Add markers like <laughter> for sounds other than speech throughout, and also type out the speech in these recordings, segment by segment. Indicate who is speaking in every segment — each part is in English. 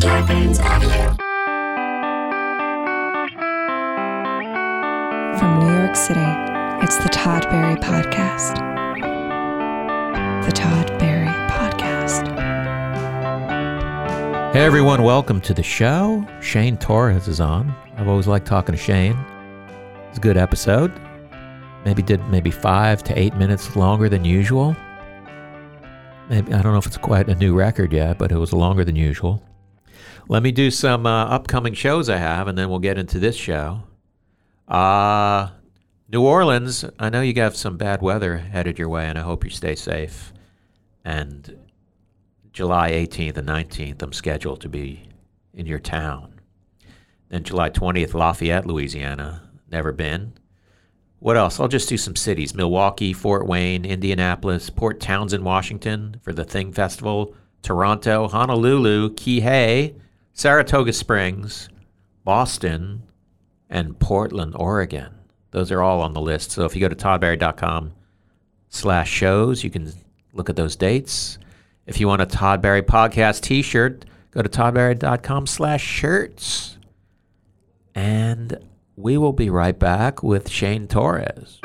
Speaker 1: Scarpins Avenue.
Speaker 2: From New York City, it's the Todd Berry Podcast. The Todd Berry Podcast.
Speaker 3: Hey everyone, welcome to the show. Shane Torres is on. I've always liked talking to Shane. It's a good episode. Maybe did maybe five to eight minutes longer than usual. Maybe I don't know if it's quite a new record yet, but it was longer than usual. Let me do some uh, upcoming shows I have, and then we'll get into this show. Uh, New Orleans, I know you got some bad weather headed your way, and I hope you stay safe. And July 18th and 19th, I'm scheduled to be in your town. Then July 20th, Lafayette, Louisiana. Never been. What else? I'll just do some cities Milwaukee, Fort Wayne, Indianapolis, Port Townsend, Washington for the Thing Festival, Toronto, Honolulu, Kihei, Saratoga Springs, Boston, and Portland, Oregon. Those are all on the list. So if you go to toddberry.com slash shows, you can look at those dates. If you want a Todd Barry podcast t-shirt, go to toddberry.com slash shirts. And we will be right back with Shane Torres.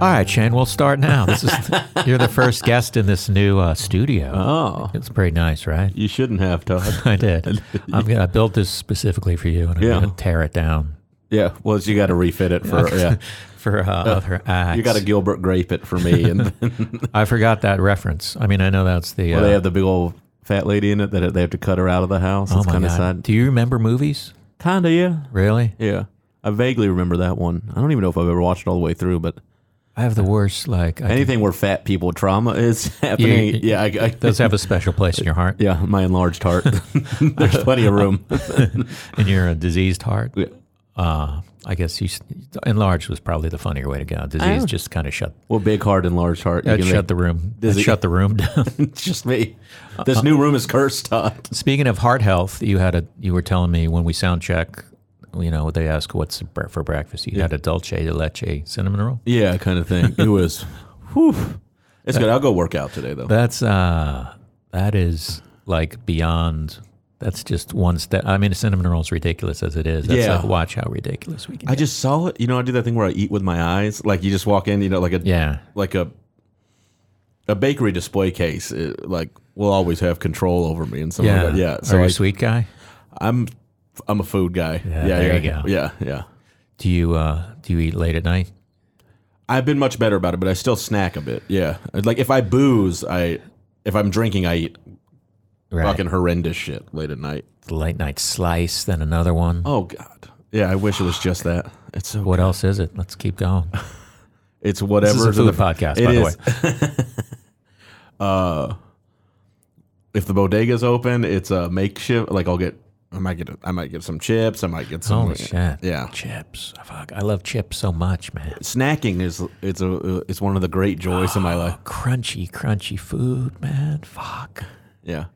Speaker 3: All right, Shane, we'll start now. This is <laughs> you're the first guest in this new uh, studio.
Speaker 4: Oh,
Speaker 3: It's pretty nice, right?
Speaker 4: <laughs> you shouldn't have, Todd.
Speaker 3: <laughs> I
Speaker 4: <laughs>
Speaker 3: did. I'm gonna I built this specifically for you, and I'm
Speaker 4: Yeah.
Speaker 3: gonna tear it down
Speaker 4: yeah, well, you got to refit it for yeah.
Speaker 3: for uh, other acts.
Speaker 4: You got to Gilbert grape it for me,
Speaker 3: <laughs>
Speaker 4: and then,
Speaker 3: I forgot that reference. I mean, I know that's the.
Speaker 4: well,
Speaker 3: uh,
Speaker 4: they have the big old fat lady in it that they have to cut her out of the house.
Speaker 3: oh
Speaker 4: it's
Speaker 3: my
Speaker 4: kind of
Speaker 3: God.
Speaker 4: sad.
Speaker 3: Do you remember movies?
Speaker 4: Kinda, yeah,
Speaker 3: Really?
Speaker 4: yeah. I vaguely remember that one. I don't even know if I've ever watched it all the way through, but
Speaker 3: I have the worst. Like I
Speaker 4: anything where fat people trauma is <laughs> happening,
Speaker 3: you-
Speaker 4: yeah, I, I,
Speaker 3: it does have a special place in your
Speaker 4: <laughs>
Speaker 3: heart,
Speaker 4: yeah, my
Speaker 3: <laughs>
Speaker 4: enlarged heart. <laughs> There's plenty of room.
Speaker 3: in your diseased heart.
Speaker 4: Yeah.
Speaker 3: Uh, I guess you s- enlarged was probably the funnier way to go. Disease
Speaker 4: Oh.
Speaker 3: just kind of shut.
Speaker 4: well, big heart, enlarged heart. You
Speaker 3: That
Speaker 4: can
Speaker 3: shut
Speaker 4: make-
Speaker 3: the Uh, room. That
Speaker 4: Dizzy.
Speaker 3: shut the room <laughs> down.
Speaker 4: it's <laughs> just me. This new room is cursed, Todd.
Speaker 3: Speaking of heart health, you had a you were telling me when we sound check, you know, they ask what's bre- for breakfast. You had a dulce de leche cinnamon roll.
Speaker 4: Yeah, kind of thing.
Speaker 3: <laughs>
Speaker 4: It was. Whew. It's good. I'll go work out today though.
Speaker 3: That's uh that is like beyond that's just one step. I mean, a cinnamon roll is ridiculous as it is. That's
Speaker 4: Yeah.
Speaker 3: like, watch how ridiculous we can.
Speaker 4: I
Speaker 3: get.
Speaker 4: just saw it. You know, I do that thing where I eat with my eyes. Like you just walk in, you know, like a
Speaker 3: yeah,
Speaker 4: like a a bakery display case. It, like will always have control over me and something
Speaker 3: yeah,
Speaker 4: like that. Yeah. So
Speaker 3: Are you
Speaker 4: I,
Speaker 3: a sweet guy?
Speaker 4: I'm I'm a food guy.
Speaker 3: Yeah,
Speaker 4: yeah,
Speaker 3: there
Speaker 4: yeah,
Speaker 3: you go.
Speaker 4: Yeah, yeah.
Speaker 3: Do you uh do you eat late at night?
Speaker 4: I've been much better about it, but I still snack a bit. Yeah. Like if I booze, I if I'm drinking, I eat
Speaker 3: Right,
Speaker 4: fucking horrendous shit late at night.
Speaker 3: The late night slice, then another one.
Speaker 4: Oh god. Yeah, I wish it was just that. It's so
Speaker 3: What else is it? Let's keep going.
Speaker 4: It's whatever.
Speaker 3: This is a food podcast, by the way.
Speaker 4: <laughs> uh, if the bodega's open, it's a makeshift. Like I'll get, I might get, I might get some chips. I might get some.
Speaker 3: Holy shit!
Speaker 4: Yeah.
Speaker 3: chips. Fuck, I love chips so much, man.
Speaker 4: Snacking is it's a it's one of the great joys
Speaker 3: <gasps>
Speaker 4: in my life.
Speaker 3: Crunchy, crunchy food, man. Fuck.
Speaker 4: Yeah.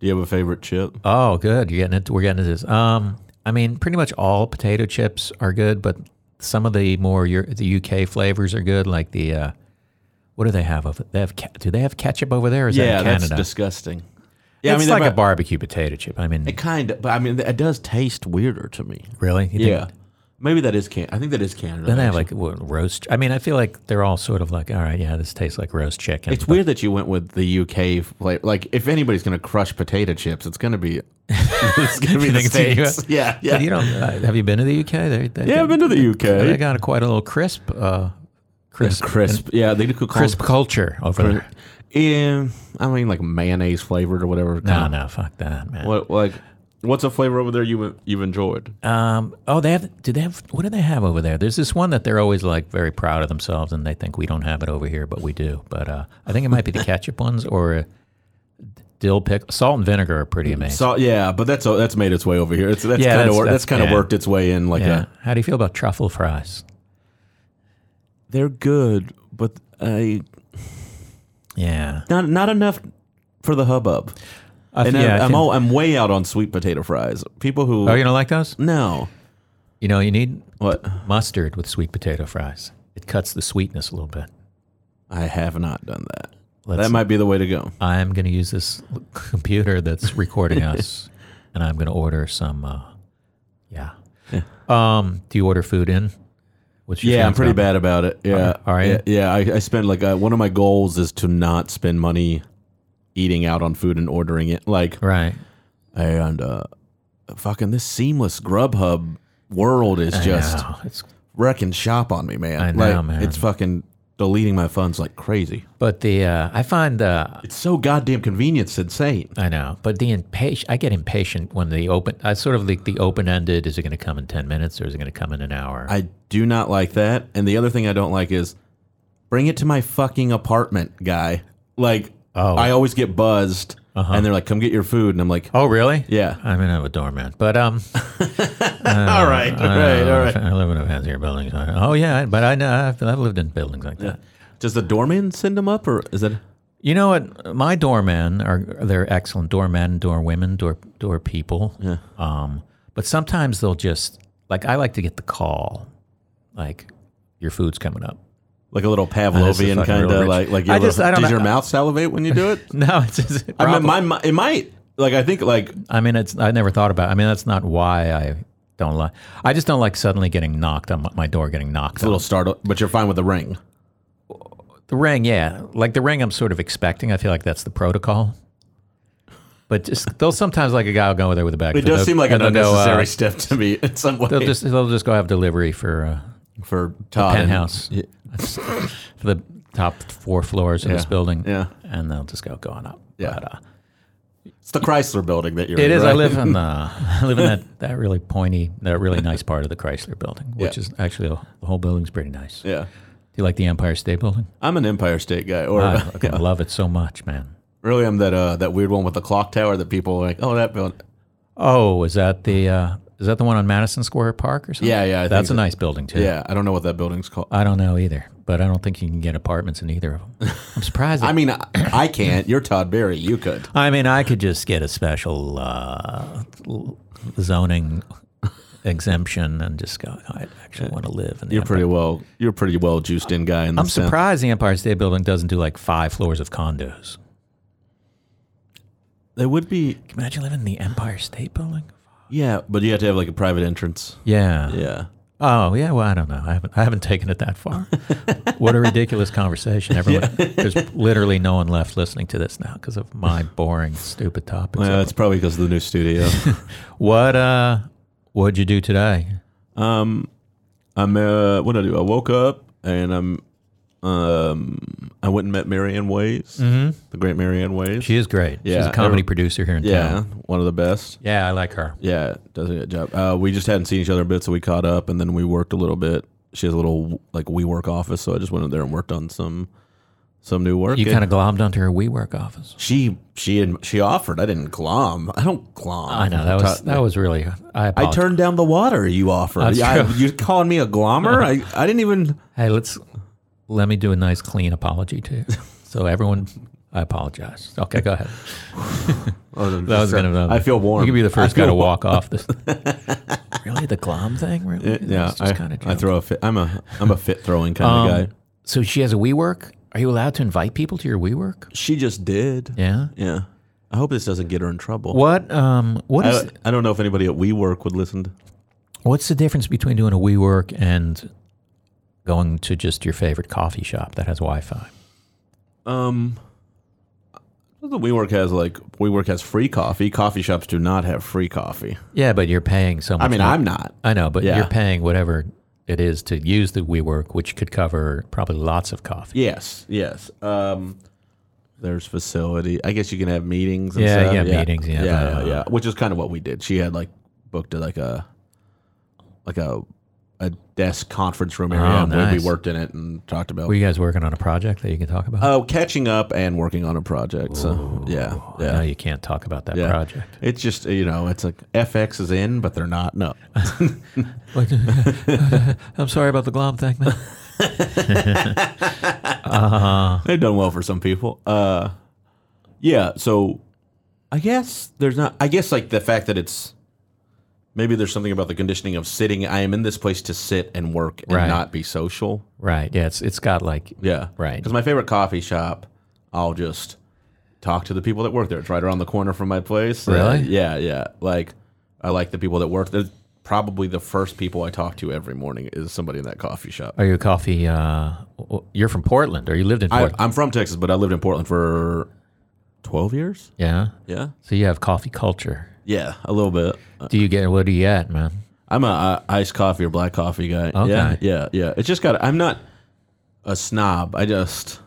Speaker 4: Do you have a favorite chip?
Speaker 3: Oh, good. You're getting it. We're getting into this. Um, I mean, pretty much all potato chips are good, but some of the more your, the UK flavors are good, like the uh, what do they have over? They have ke- do they have ketchup over there? or Is
Speaker 4: yeah,
Speaker 3: that in
Speaker 4: that's
Speaker 3: Canada?
Speaker 4: disgusting.
Speaker 3: yeah,
Speaker 4: Yeah,
Speaker 3: it's
Speaker 4: I mean,
Speaker 3: like a
Speaker 4: bar-
Speaker 3: barbecue potato chip. I mean,
Speaker 4: it kind of, but I mean, it does taste weirder to me.
Speaker 3: really? You think-
Speaker 4: Yeah. Maybe that is can. I think that is Canada.
Speaker 3: Then they have
Speaker 4: actually.
Speaker 3: like what, roast. I mean, I feel like they're all sort of like, all right, yeah, this tastes like roast chicken.
Speaker 4: It's weird that you went with the UK flavor. Like, if anybody's going to crush potato chips, it's going to be <laughs> it's going to
Speaker 3: <laughs>
Speaker 4: be
Speaker 3: You
Speaker 4: the
Speaker 3: think it's the
Speaker 4: States.
Speaker 3: US?
Speaker 4: Yeah, yeah.
Speaker 3: But you don't. Uh, have you been to the UK? They, they,
Speaker 4: yeah, I've been to the
Speaker 3: They
Speaker 4: UK.
Speaker 3: got a, quite a little crisp, uh, crisp,
Speaker 4: Crisp. Yeah, they do call
Speaker 3: crisp culture over there.
Speaker 4: Yeah, I mean, like mayonnaise flavored or whatever.
Speaker 3: No, no, fuck that, man.
Speaker 4: What like? What's a flavor over there you you've enjoyed?
Speaker 3: Um, oh, they have. Do they have? What do they have over there? There's this one that they're always like very proud of themselves, and they think we don't have it over here, but we do. But uh, I think it might be the ketchup <laughs> ones or uh, dill pick. Salt and vinegar are pretty amazing.
Speaker 4: So yeah, but that's that's made its way over here. It's that's
Speaker 3: Yeah,
Speaker 4: kind
Speaker 3: that's-
Speaker 4: of that's,
Speaker 3: that's-
Speaker 4: kind of
Speaker 3: yeah.
Speaker 4: worked its way in. Like
Speaker 3: yeah.
Speaker 4: a,
Speaker 3: How do you feel about truffle fries?
Speaker 4: they're good, but I
Speaker 3: Yeah.
Speaker 4: not not enough for the hubbub.
Speaker 3: I
Speaker 4: And
Speaker 3: th- yeah, I
Speaker 4: I'm, I'm,
Speaker 3: think-
Speaker 4: all, I'm way out on sweet potato fries. People who
Speaker 3: oh, you don't like those?
Speaker 4: no,
Speaker 3: You know, you need
Speaker 4: what
Speaker 3: mustard with sweet potato fries. It cuts the sweetness a little bit.
Speaker 4: I have not done that.
Speaker 3: Let's,
Speaker 4: that might be the way to go.
Speaker 3: I'm going to use this computer
Speaker 4: <laughs>
Speaker 3: that's recording us, and I'm going to order some. Uh, yeah. Um, do you order food in? What's
Speaker 4: Yeah, I'm
Speaker 3: feelings
Speaker 4: pretty
Speaker 3: about
Speaker 4: bad about it. Yeah.
Speaker 3: Are- are you?
Speaker 4: Yeah, yeah, I, I spend like uh, one of my goals is to not spend money eating out on food and ordering it. Like
Speaker 3: that? Right.
Speaker 4: and uh, fucking this seamless Grubhub world is
Speaker 3: I
Speaker 4: just
Speaker 3: know, it's-
Speaker 4: wrecking shop on me, man.
Speaker 3: I know,
Speaker 4: like,
Speaker 3: man.
Speaker 4: It's fucking deleting my funds like crazy.
Speaker 3: but the uh, I find uh,
Speaker 4: It's so goddamn convenient. It's insane.
Speaker 3: I know, but the impatient I get impatient when the open I sort of like the open ended. Is it going to come in ten minutes or is it going to come in an hour?
Speaker 4: I do not like that. And the other thing I don't like is bring it to my fucking apartment, guy. Like,
Speaker 3: Oh. Uh-huh.
Speaker 4: I always get buzzed, and they're like, "Come get your food," and I'm like,
Speaker 3: oh, really?
Speaker 4: "Yeah,
Speaker 3: I mean, I'm a doorman, but um, Uh,
Speaker 4: all right, all right, all right."
Speaker 3: I live in a fancier building. So oh yeah, but I know I've, I've lived in buildings like that.
Speaker 4: Does the doorman send them up, or is that
Speaker 3: You know what? My doormen are they're excellent doormen, door women, door door people. Yeah. Um, but sometimes they'll just like I like to get the call, like your food's coming up. <laughs>
Speaker 4: like a little
Speaker 3: Uh, is the
Speaker 4: Pavlovian
Speaker 3: fucking
Speaker 4: kind
Speaker 3: real
Speaker 4: of
Speaker 3: rich-
Speaker 4: like like your
Speaker 3: I just-
Speaker 4: little-
Speaker 3: I don't
Speaker 4: does
Speaker 3: know.
Speaker 4: your mouth salivate when you do
Speaker 3: <laughs>
Speaker 4: it?
Speaker 3: No, it's, it's
Speaker 4: I
Speaker 3: probably-
Speaker 4: mean, my, my it might like I think like
Speaker 3: I mean, it's I never thought about. I mean, that's not why I don't like. I just don't like suddenly getting knocked on my- my door, getting knocked.
Speaker 4: it's a little
Speaker 3: on.
Speaker 4: startled, but you're fine with the ring.
Speaker 3: The ring, yeah, like the ring. I'm sort of expecting. I feel like that's the protocol. But just they'll sometimes like a guy will go there with a bag.
Speaker 4: It does seem like an
Speaker 3: they'll go, uh,
Speaker 4: unnecessary <laughs> step to me in some way. <laughs>
Speaker 3: They'll just they'll just go have delivery for uh,
Speaker 4: for Todd and-
Speaker 3: penthouse
Speaker 4: Yeah.
Speaker 3: <laughs> for the top four floors of this
Speaker 4: Yeah.
Speaker 3: building.
Speaker 4: Yeah.
Speaker 3: and they'll just go go on up.
Speaker 4: Yeah.
Speaker 3: But, uh,
Speaker 4: It's the Chrysler building that you're
Speaker 3: it
Speaker 4: in.
Speaker 3: is. I
Speaker 4: right?
Speaker 3: live <laughs> in uh, I live in that, that really pointy, that really nice part of the Chrysler building, which
Speaker 4: Yeah.
Speaker 3: is actually uh, the whole building's pretty nice.
Speaker 4: <laughs> Yeah.
Speaker 3: Do you like the Empire State Building?
Speaker 4: I'm an Empire State guy, or <laughs>
Speaker 3: I fucking love it so much, man.
Speaker 4: really, I'm that uh, that weird one with the clock tower that people are like, oh, that building.
Speaker 3: Oh, is that the uh, is that the one on Madison Square Park or something?
Speaker 4: Yeah, yeah, I
Speaker 3: that's a
Speaker 4: think
Speaker 3: nice building too.
Speaker 4: Yeah, I don't know what that building's called.
Speaker 3: I don't know either, but I don't think you can get apartments in either of
Speaker 4: <laughs>
Speaker 3: them. I'm surprised.
Speaker 4: I
Speaker 3: that-
Speaker 4: mean, I, I can't. You're Todd Berry. You could.
Speaker 3: I mean, I could just get a special uh, l- zoning exemption and just go. I actually want to live in. The
Speaker 4: Uh, You're
Speaker 3: Empire-
Speaker 4: pretty well. You're pretty well juiced in guy. In the
Speaker 3: I'm surprised the Empire State Building doesn't do like five floors of condos.
Speaker 4: They would be.
Speaker 3: Can you imagine living in the Empire State Building?
Speaker 4: Yeah, but you have to have like a private entrance.
Speaker 3: Yeah.
Speaker 4: Yeah.
Speaker 3: Oh yeah. Well, I don't know. I haven't. I haven't taken it that far.
Speaker 4: <laughs>
Speaker 3: what a ridiculous conversation. Everyone. <laughs> There's literally no one left listening to this now because of my boring, stupid topics.
Speaker 4: Well, it's probably because of the new studio.
Speaker 3: What uh? What'd you do today?
Speaker 4: um, <laughs> I'm. Uh, what did I do? I woke up and I'm. Um, I went and met Marianne Ways, the great Marianne Ways.
Speaker 3: She is great. She's
Speaker 4: Yeah,
Speaker 3: a comedy
Speaker 4: every-
Speaker 3: producer here in town.
Speaker 4: yeah, one of the best.
Speaker 3: Yeah, I like her.
Speaker 4: Yeah, does a good job. Uh, we just hadn't seen each other a bit, so we caught up, and then we worked a little bit. She has a little like we work office, so I just went in there and worked on some some new work.
Speaker 3: You
Speaker 4: It-
Speaker 3: kind of glommed onto her WeWork office.
Speaker 4: she she and she offered. I didn't glom. I don't glom.
Speaker 3: I know that was that was really. I,
Speaker 4: I turned down the water you offered.
Speaker 3: That's
Speaker 4: Yeah,
Speaker 3: true.
Speaker 4: you calling me
Speaker 3: <laughs>
Speaker 4: a glommer? I, I didn't even.
Speaker 3: Hey, let's let me do a nice clean apology to you. so everyone, I apologize. Okay,
Speaker 4: <laughs>
Speaker 3: go ahead. That was gonna.
Speaker 4: I feel warm.
Speaker 3: You could be the
Speaker 4: I
Speaker 3: first guy to
Speaker 4: feel warm.
Speaker 3: walk off this. <laughs> really, the glom thing? Really?
Speaker 4: Yeah,
Speaker 3: It's
Speaker 4: I,
Speaker 3: just kinda
Speaker 4: I
Speaker 3: joke.
Speaker 4: throw a fit. I'm a I'm a fit throwing kind
Speaker 3: Um,
Speaker 4: of guy.
Speaker 3: So she has a WeWork. Are you allowed to invite people to your WeWork?
Speaker 4: She just did.
Speaker 3: Yeah.
Speaker 4: yeah. I hope this doesn't get her in trouble.
Speaker 3: What um what is
Speaker 4: I, I don't know if anybody at WeWork would listen. To,
Speaker 3: what's the difference between doing a WeWork and going to just your favorite coffee shop that has Wi-Fi?
Speaker 4: Um, I think WeWork has like WeWork has free coffee. Coffee shops do not have free coffee.
Speaker 3: Yeah, but you're paying so much.
Speaker 4: I mean,
Speaker 3: more-
Speaker 4: I'm not.
Speaker 3: I know, but
Speaker 4: Yeah.
Speaker 3: you're paying whatever it is to use the WeWork, which could cover probably lots of coffee.
Speaker 4: Yes, yes. Um, there's facility. I guess you can have meetings. And
Speaker 3: Yeah,
Speaker 4: stuff.
Speaker 3: yeah, meetings, yeah, uh,
Speaker 4: yeah,
Speaker 3: blah,
Speaker 4: yeah,
Speaker 3: blah.
Speaker 4: yeah. Which is kind of what we did. She had like booked a, like a like a a desk conference room area,
Speaker 3: Oh,
Speaker 4: and we,
Speaker 3: nice.
Speaker 4: we worked in it and talked about.
Speaker 3: Were you guys working on a project that you can talk about?
Speaker 4: Oh, catching up and working on a project. So yeah,
Speaker 3: I know
Speaker 4: yeah,
Speaker 3: you can't talk about that
Speaker 4: yeah. <laughs>
Speaker 3: project.
Speaker 4: It's just you know, it's like FX is in, but they're not. No,
Speaker 3: Uh-huh. Like, <laughs> I'm sorry about the glom thing, <laughs> man.
Speaker 4: <laughs> They've done well for some people. Uh, yeah. So, I guess there's not. I guess like the fact that it's maybe there's something about the conditioning of sitting. I am in this place to sit and work and
Speaker 3: Right.
Speaker 4: not be social.
Speaker 3: Right. Yeah. It's it's got like
Speaker 4: Yeah.
Speaker 3: Right.
Speaker 4: Because my favorite coffee shop I'll just talk to the people that work there. It's right around the corner from my place.
Speaker 3: Really?
Speaker 4: Uh, yeah, yeah. Like I like the people that work there. Probably the first people I talk to every morning is somebody in that coffee shop.
Speaker 3: Are you a coffee? Uh, w- you're from Portland, or you lived in
Speaker 4: I,
Speaker 3: Portland?
Speaker 4: I'm from Texas, but I lived in Portland for twelve years.
Speaker 3: yeah.
Speaker 4: Yeah,
Speaker 3: So you have coffee culture.
Speaker 4: yeah, a little bit.
Speaker 3: Do you get what do you get, man?
Speaker 4: I'm a, a iced coffee or black coffee guy.
Speaker 3: Okay.
Speaker 4: Yeah, yeah, yeah. It's just got. I'm not a snob. I just,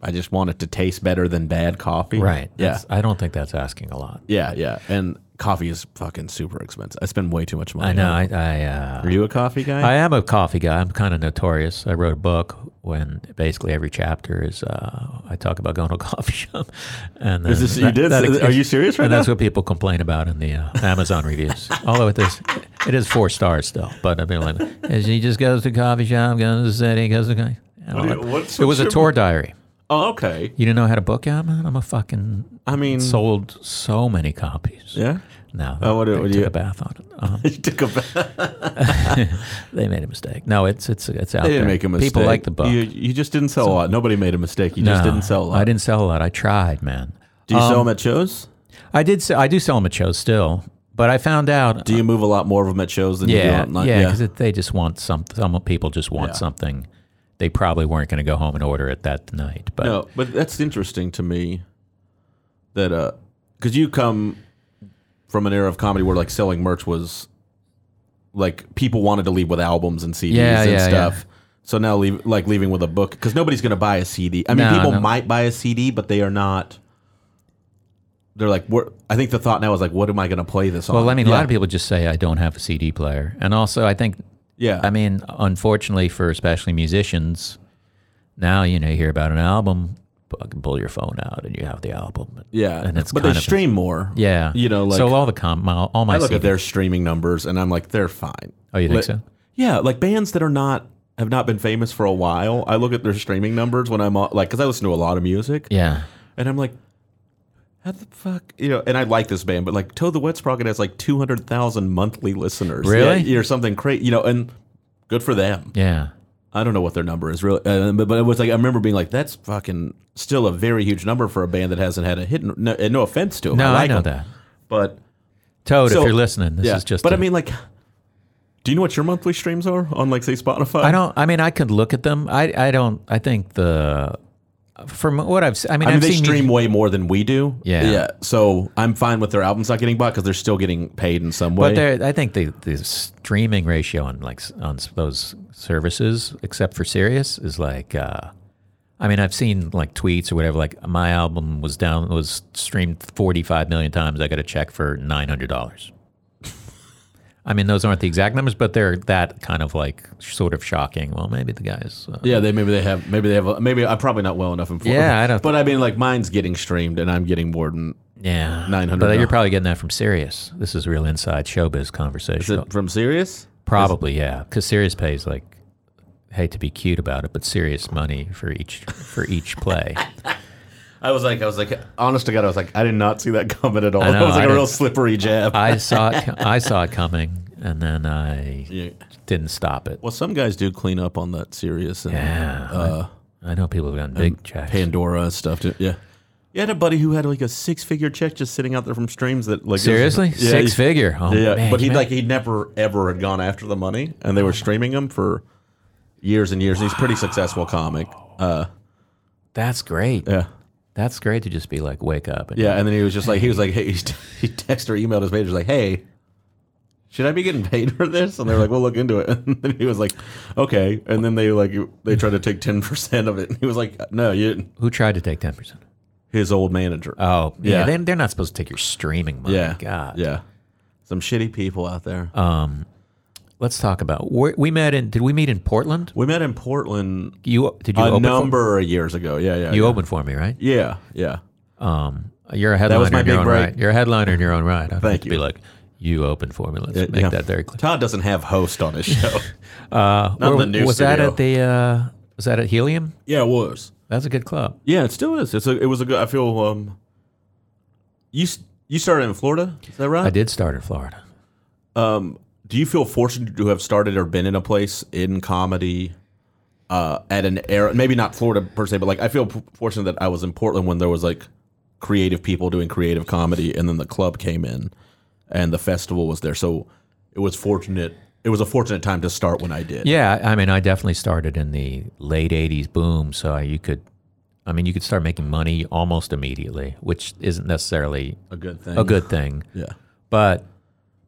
Speaker 4: I just want it to taste better than bad coffee.
Speaker 3: Right.
Speaker 4: Yeah.
Speaker 3: That's- I don't think that's asking a lot.
Speaker 4: yeah. Yeah. And coffee is fucking super expensive. I spend way too much money.
Speaker 3: I know.
Speaker 4: on
Speaker 3: I I, uh,
Speaker 4: it. Are you a coffee guy?
Speaker 3: I am a coffee guy. I'm kind of notorious. I wrote a book when basically every chapter is uh, I talk about going to a <laughs> coffee shop. And
Speaker 4: Is
Speaker 3: then
Speaker 4: this- you did? Are you serious right
Speaker 3: and That's
Speaker 4: now?
Speaker 3: what people complain about in the uh, Amazon reviews.
Speaker 4: <laughs>
Speaker 3: Although it is, it is four stars still. But I mean, like, as he just goes to a coffee shop, goes to the city, goes to. the- and all
Speaker 4: do you-
Speaker 3: that.
Speaker 4: what's-
Speaker 3: it
Speaker 4: what's
Speaker 3: was a
Speaker 4: your-
Speaker 3: tour diary.
Speaker 4: oh, okay.
Speaker 3: You didn't know how to book out, man. I'm a fucking
Speaker 4: I mean,
Speaker 3: sold so many copies.
Speaker 4: yeah. <laughs>
Speaker 3: No,
Speaker 4: Mm. Oh, what
Speaker 3: they
Speaker 4: do- what do
Speaker 3: took
Speaker 4: you-
Speaker 3: a bath on it. Um,
Speaker 4: You took a
Speaker 3: <laughs>
Speaker 4: bath.
Speaker 3: they made a mistake. No, it's it's it's out
Speaker 4: They didn't
Speaker 3: there.
Speaker 4: make a mistake.
Speaker 3: People like the book.
Speaker 4: You, you just didn't sell a lot. Nobody made a mistake. You just
Speaker 3: No,
Speaker 4: didn't sell a lot.
Speaker 3: I didn't um, sell a lot. I tried, man.
Speaker 4: Do you sell them at shows?
Speaker 3: I did. Sell, I do sell them at shows still, but I found out.
Speaker 4: Do you move a lot more of them at shows than you do
Speaker 3: yeah,
Speaker 4: online?
Speaker 3: yeah, because they just want some. Some people just want
Speaker 4: Yeah.
Speaker 3: something. They probably weren't going to go home and order it that night. But
Speaker 4: No, but that's interesting to me that uh cuz you come from an era of comedy where like selling merch was like people wanted to leave with albums and CDs
Speaker 3: Yeah,
Speaker 4: and
Speaker 3: yeah,
Speaker 4: stuff. So now leave like leaving with a book cuz nobody's going to buy a CD. I mean
Speaker 3: No,
Speaker 4: people
Speaker 3: no.
Speaker 4: might buy a CD but they are not they're like what I think the thought now is like what am I going to play this on?
Speaker 3: well, I mean, a
Speaker 4: Yeah.
Speaker 3: lot of people just say I don't have a CD player, and also I think
Speaker 4: Yeah.
Speaker 3: I mean, unfortunately for especially musicians, now you know you hear about an album, fucking pull your phone out and you have the album.
Speaker 4: yeah.
Speaker 3: and it's
Speaker 4: but
Speaker 3: kind
Speaker 4: they
Speaker 3: of-
Speaker 4: stream more.
Speaker 3: Yeah,
Speaker 4: You know like
Speaker 3: so all the com, my, all my
Speaker 4: I look
Speaker 3: CD
Speaker 4: at their streaming numbers and I'm like they're fine.
Speaker 3: Oh, you think
Speaker 4: Like-
Speaker 3: so?
Speaker 4: Yeah, like bands that are not have not been famous for a while. I look at their streaming numbers when I'm on, like because I listen to a lot of music,
Speaker 3: Yeah,
Speaker 4: and I'm like, how the fuck you know? And I like this band, but like Toad the Wet Sprocket has like two hundred thousand monthly listeners,
Speaker 3: Really?
Speaker 4: yeah, or something crazy, you know, and. Good for them.
Speaker 3: yeah.
Speaker 4: I don't know what their number is really, uh, but, but it was like I remember being like, "That's fucking still a very huge number for a band that hasn't had a hit." and- No, and no offense to them,
Speaker 3: No, I,
Speaker 4: Oh, like
Speaker 3: know
Speaker 4: 'em,
Speaker 3: that.
Speaker 4: but
Speaker 3: Toad,
Speaker 4: So-
Speaker 3: Oh, if you're listening, this
Speaker 4: yeah.
Speaker 3: is just.
Speaker 4: but
Speaker 3: I
Speaker 4: I mean, like, do you know what your monthly streams are on, like, say, Spotify?
Speaker 3: I don't. I mean, I could look at them. I, I don't. I think the, from what I've, se- I mean,
Speaker 4: I mean,
Speaker 3: I've
Speaker 4: they
Speaker 3: seen
Speaker 4: stream
Speaker 3: music-
Speaker 4: way more than we do.
Speaker 3: Yeah.
Speaker 4: Yeah. So I'm fine with their albums not getting bought because they're still getting paid in some way.
Speaker 3: but there, I think the, the streaming ratio on like s- on s- those services, except for Sirius, is like. Uh, I mean, I've seen like tweets or whatever. Like my album was down was streamed 45 million times. I got a check for nine hundred dollars. <laughs> I mean, those aren't the exact numbers, but they're that kind of like sort of shocking. Well, maybe the guys. Uh,
Speaker 4: yeah, they maybe they have maybe they have a, maybe I'm probably not well enough informed.
Speaker 3: Yeah, I don't-
Speaker 4: But I mean, like mine's getting streamed and I'm getting more than
Speaker 3: Yeah,
Speaker 4: 900
Speaker 3: But
Speaker 4: now.
Speaker 3: you're probably getting that from Sirius. This is real inside showbiz
Speaker 4: is
Speaker 3: conversation.
Speaker 4: it from Sirius.
Speaker 3: probably, yeah, because Sirius pays like, hate to be cute about it, but serious money for each for each
Speaker 4: <laughs>
Speaker 3: play.
Speaker 4: I was like, I was like, honest to God, I was like, I did not see that <laughs> coming at all.
Speaker 3: I know,
Speaker 4: that was
Speaker 3: I
Speaker 4: like a
Speaker 3: didn't-
Speaker 4: real slippery jab.
Speaker 3: I saw it. co- I saw it coming, and then I
Speaker 4: Yeah.
Speaker 3: didn't stop it.
Speaker 4: Well, some guys do clean up on that Sirius and
Speaker 3: Yeah,
Speaker 4: uh,
Speaker 3: I know people have gotten big checks.
Speaker 4: Pandora and stuff. Too. Yeah. You had a buddy who had like a six figure check just sitting out there from streams that like
Speaker 3: Seriously,
Speaker 4: Yeah,
Speaker 3: six
Speaker 4: he-
Speaker 3: figure. Oh,
Speaker 4: Yeah,
Speaker 3: man,
Speaker 4: but
Speaker 3: you
Speaker 4: he
Speaker 3: ma-
Speaker 4: like he never ever had gone after the money, and they were streaming him for years and years. He's a pretty successful comic. Uh,
Speaker 3: that's great.
Speaker 4: yeah,
Speaker 3: That's great to just be like, wake up. And
Speaker 4: yeah. And then he was just like, he was like, hey, <laughs> he, he texted or emailed his manager like, hey, should I be getting paid for this? And they're like, we'll look into it. <laughs> And then he was like, okay. And then they like they tried to take ten percent of it. And he was like, no, you.
Speaker 3: Who tried to take ten percent?
Speaker 4: His old manager.
Speaker 3: Oh, yeah.
Speaker 4: Yeah.
Speaker 3: They, they're not supposed to take your streaming money.
Speaker 4: yeah,
Speaker 3: God. Uh,
Speaker 4: yeah. Some shitty people out there.
Speaker 3: Let's talk about we we met in. Did we meet in Portland?
Speaker 4: we met in Portland
Speaker 3: You did you
Speaker 4: a
Speaker 3: open
Speaker 4: number of years ago. Yeah, yeah.
Speaker 3: For, you
Speaker 4: yeah.
Speaker 3: opened for me, right?
Speaker 4: Yeah, yeah.
Speaker 3: Um, you're a headliner.
Speaker 4: was my
Speaker 3: in your
Speaker 4: big
Speaker 3: own
Speaker 4: break.
Speaker 3: right. You're a headliner in your own right. I'd
Speaker 4: Thank
Speaker 3: to
Speaker 4: you.
Speaker 3: Be like, you opened for me. Let's make
Speaker 4: yeah.
Speaker 3: that very clear.
Speaker 4: Todd doesn't have host on
Speaker 3: <laughs>
Speaker 4: his show.
Speaker 3: Uh,
Speaker 4: Not the new
Speaker 3: was that
Speaker 4: studio.
Speaker 3: at the? Uh, was that at Helium?
Speaker 4: yeah, it was.
Speaker 3: That's a good club.
Speaker 4: Yeah, it still is. It's a, it was a good. I feel um, you s- you started in Florida, is that right?
Speaker 3: I did start in Florida.
Speaker 4: Um, do you feel fortunate to have started or been in a place in comedy uh, at an era, maybe not Florida per se, but like I feel p- fortunate that I was in Portland when there was like creative people doing creative comedy, and then the club came in, and the festival was there. So it was fortunate. It was a fortunate time to start when I did.
Speaker 3: Yeah, I mean, I definitely started in the late '80s boom, so you could, I mean, you could start making money almost immediately, which isn't necessarily
Speaker 4: a good thing.
Speaker 3: a good thing.
Speaker 4: Yeah.
Speaker 3: But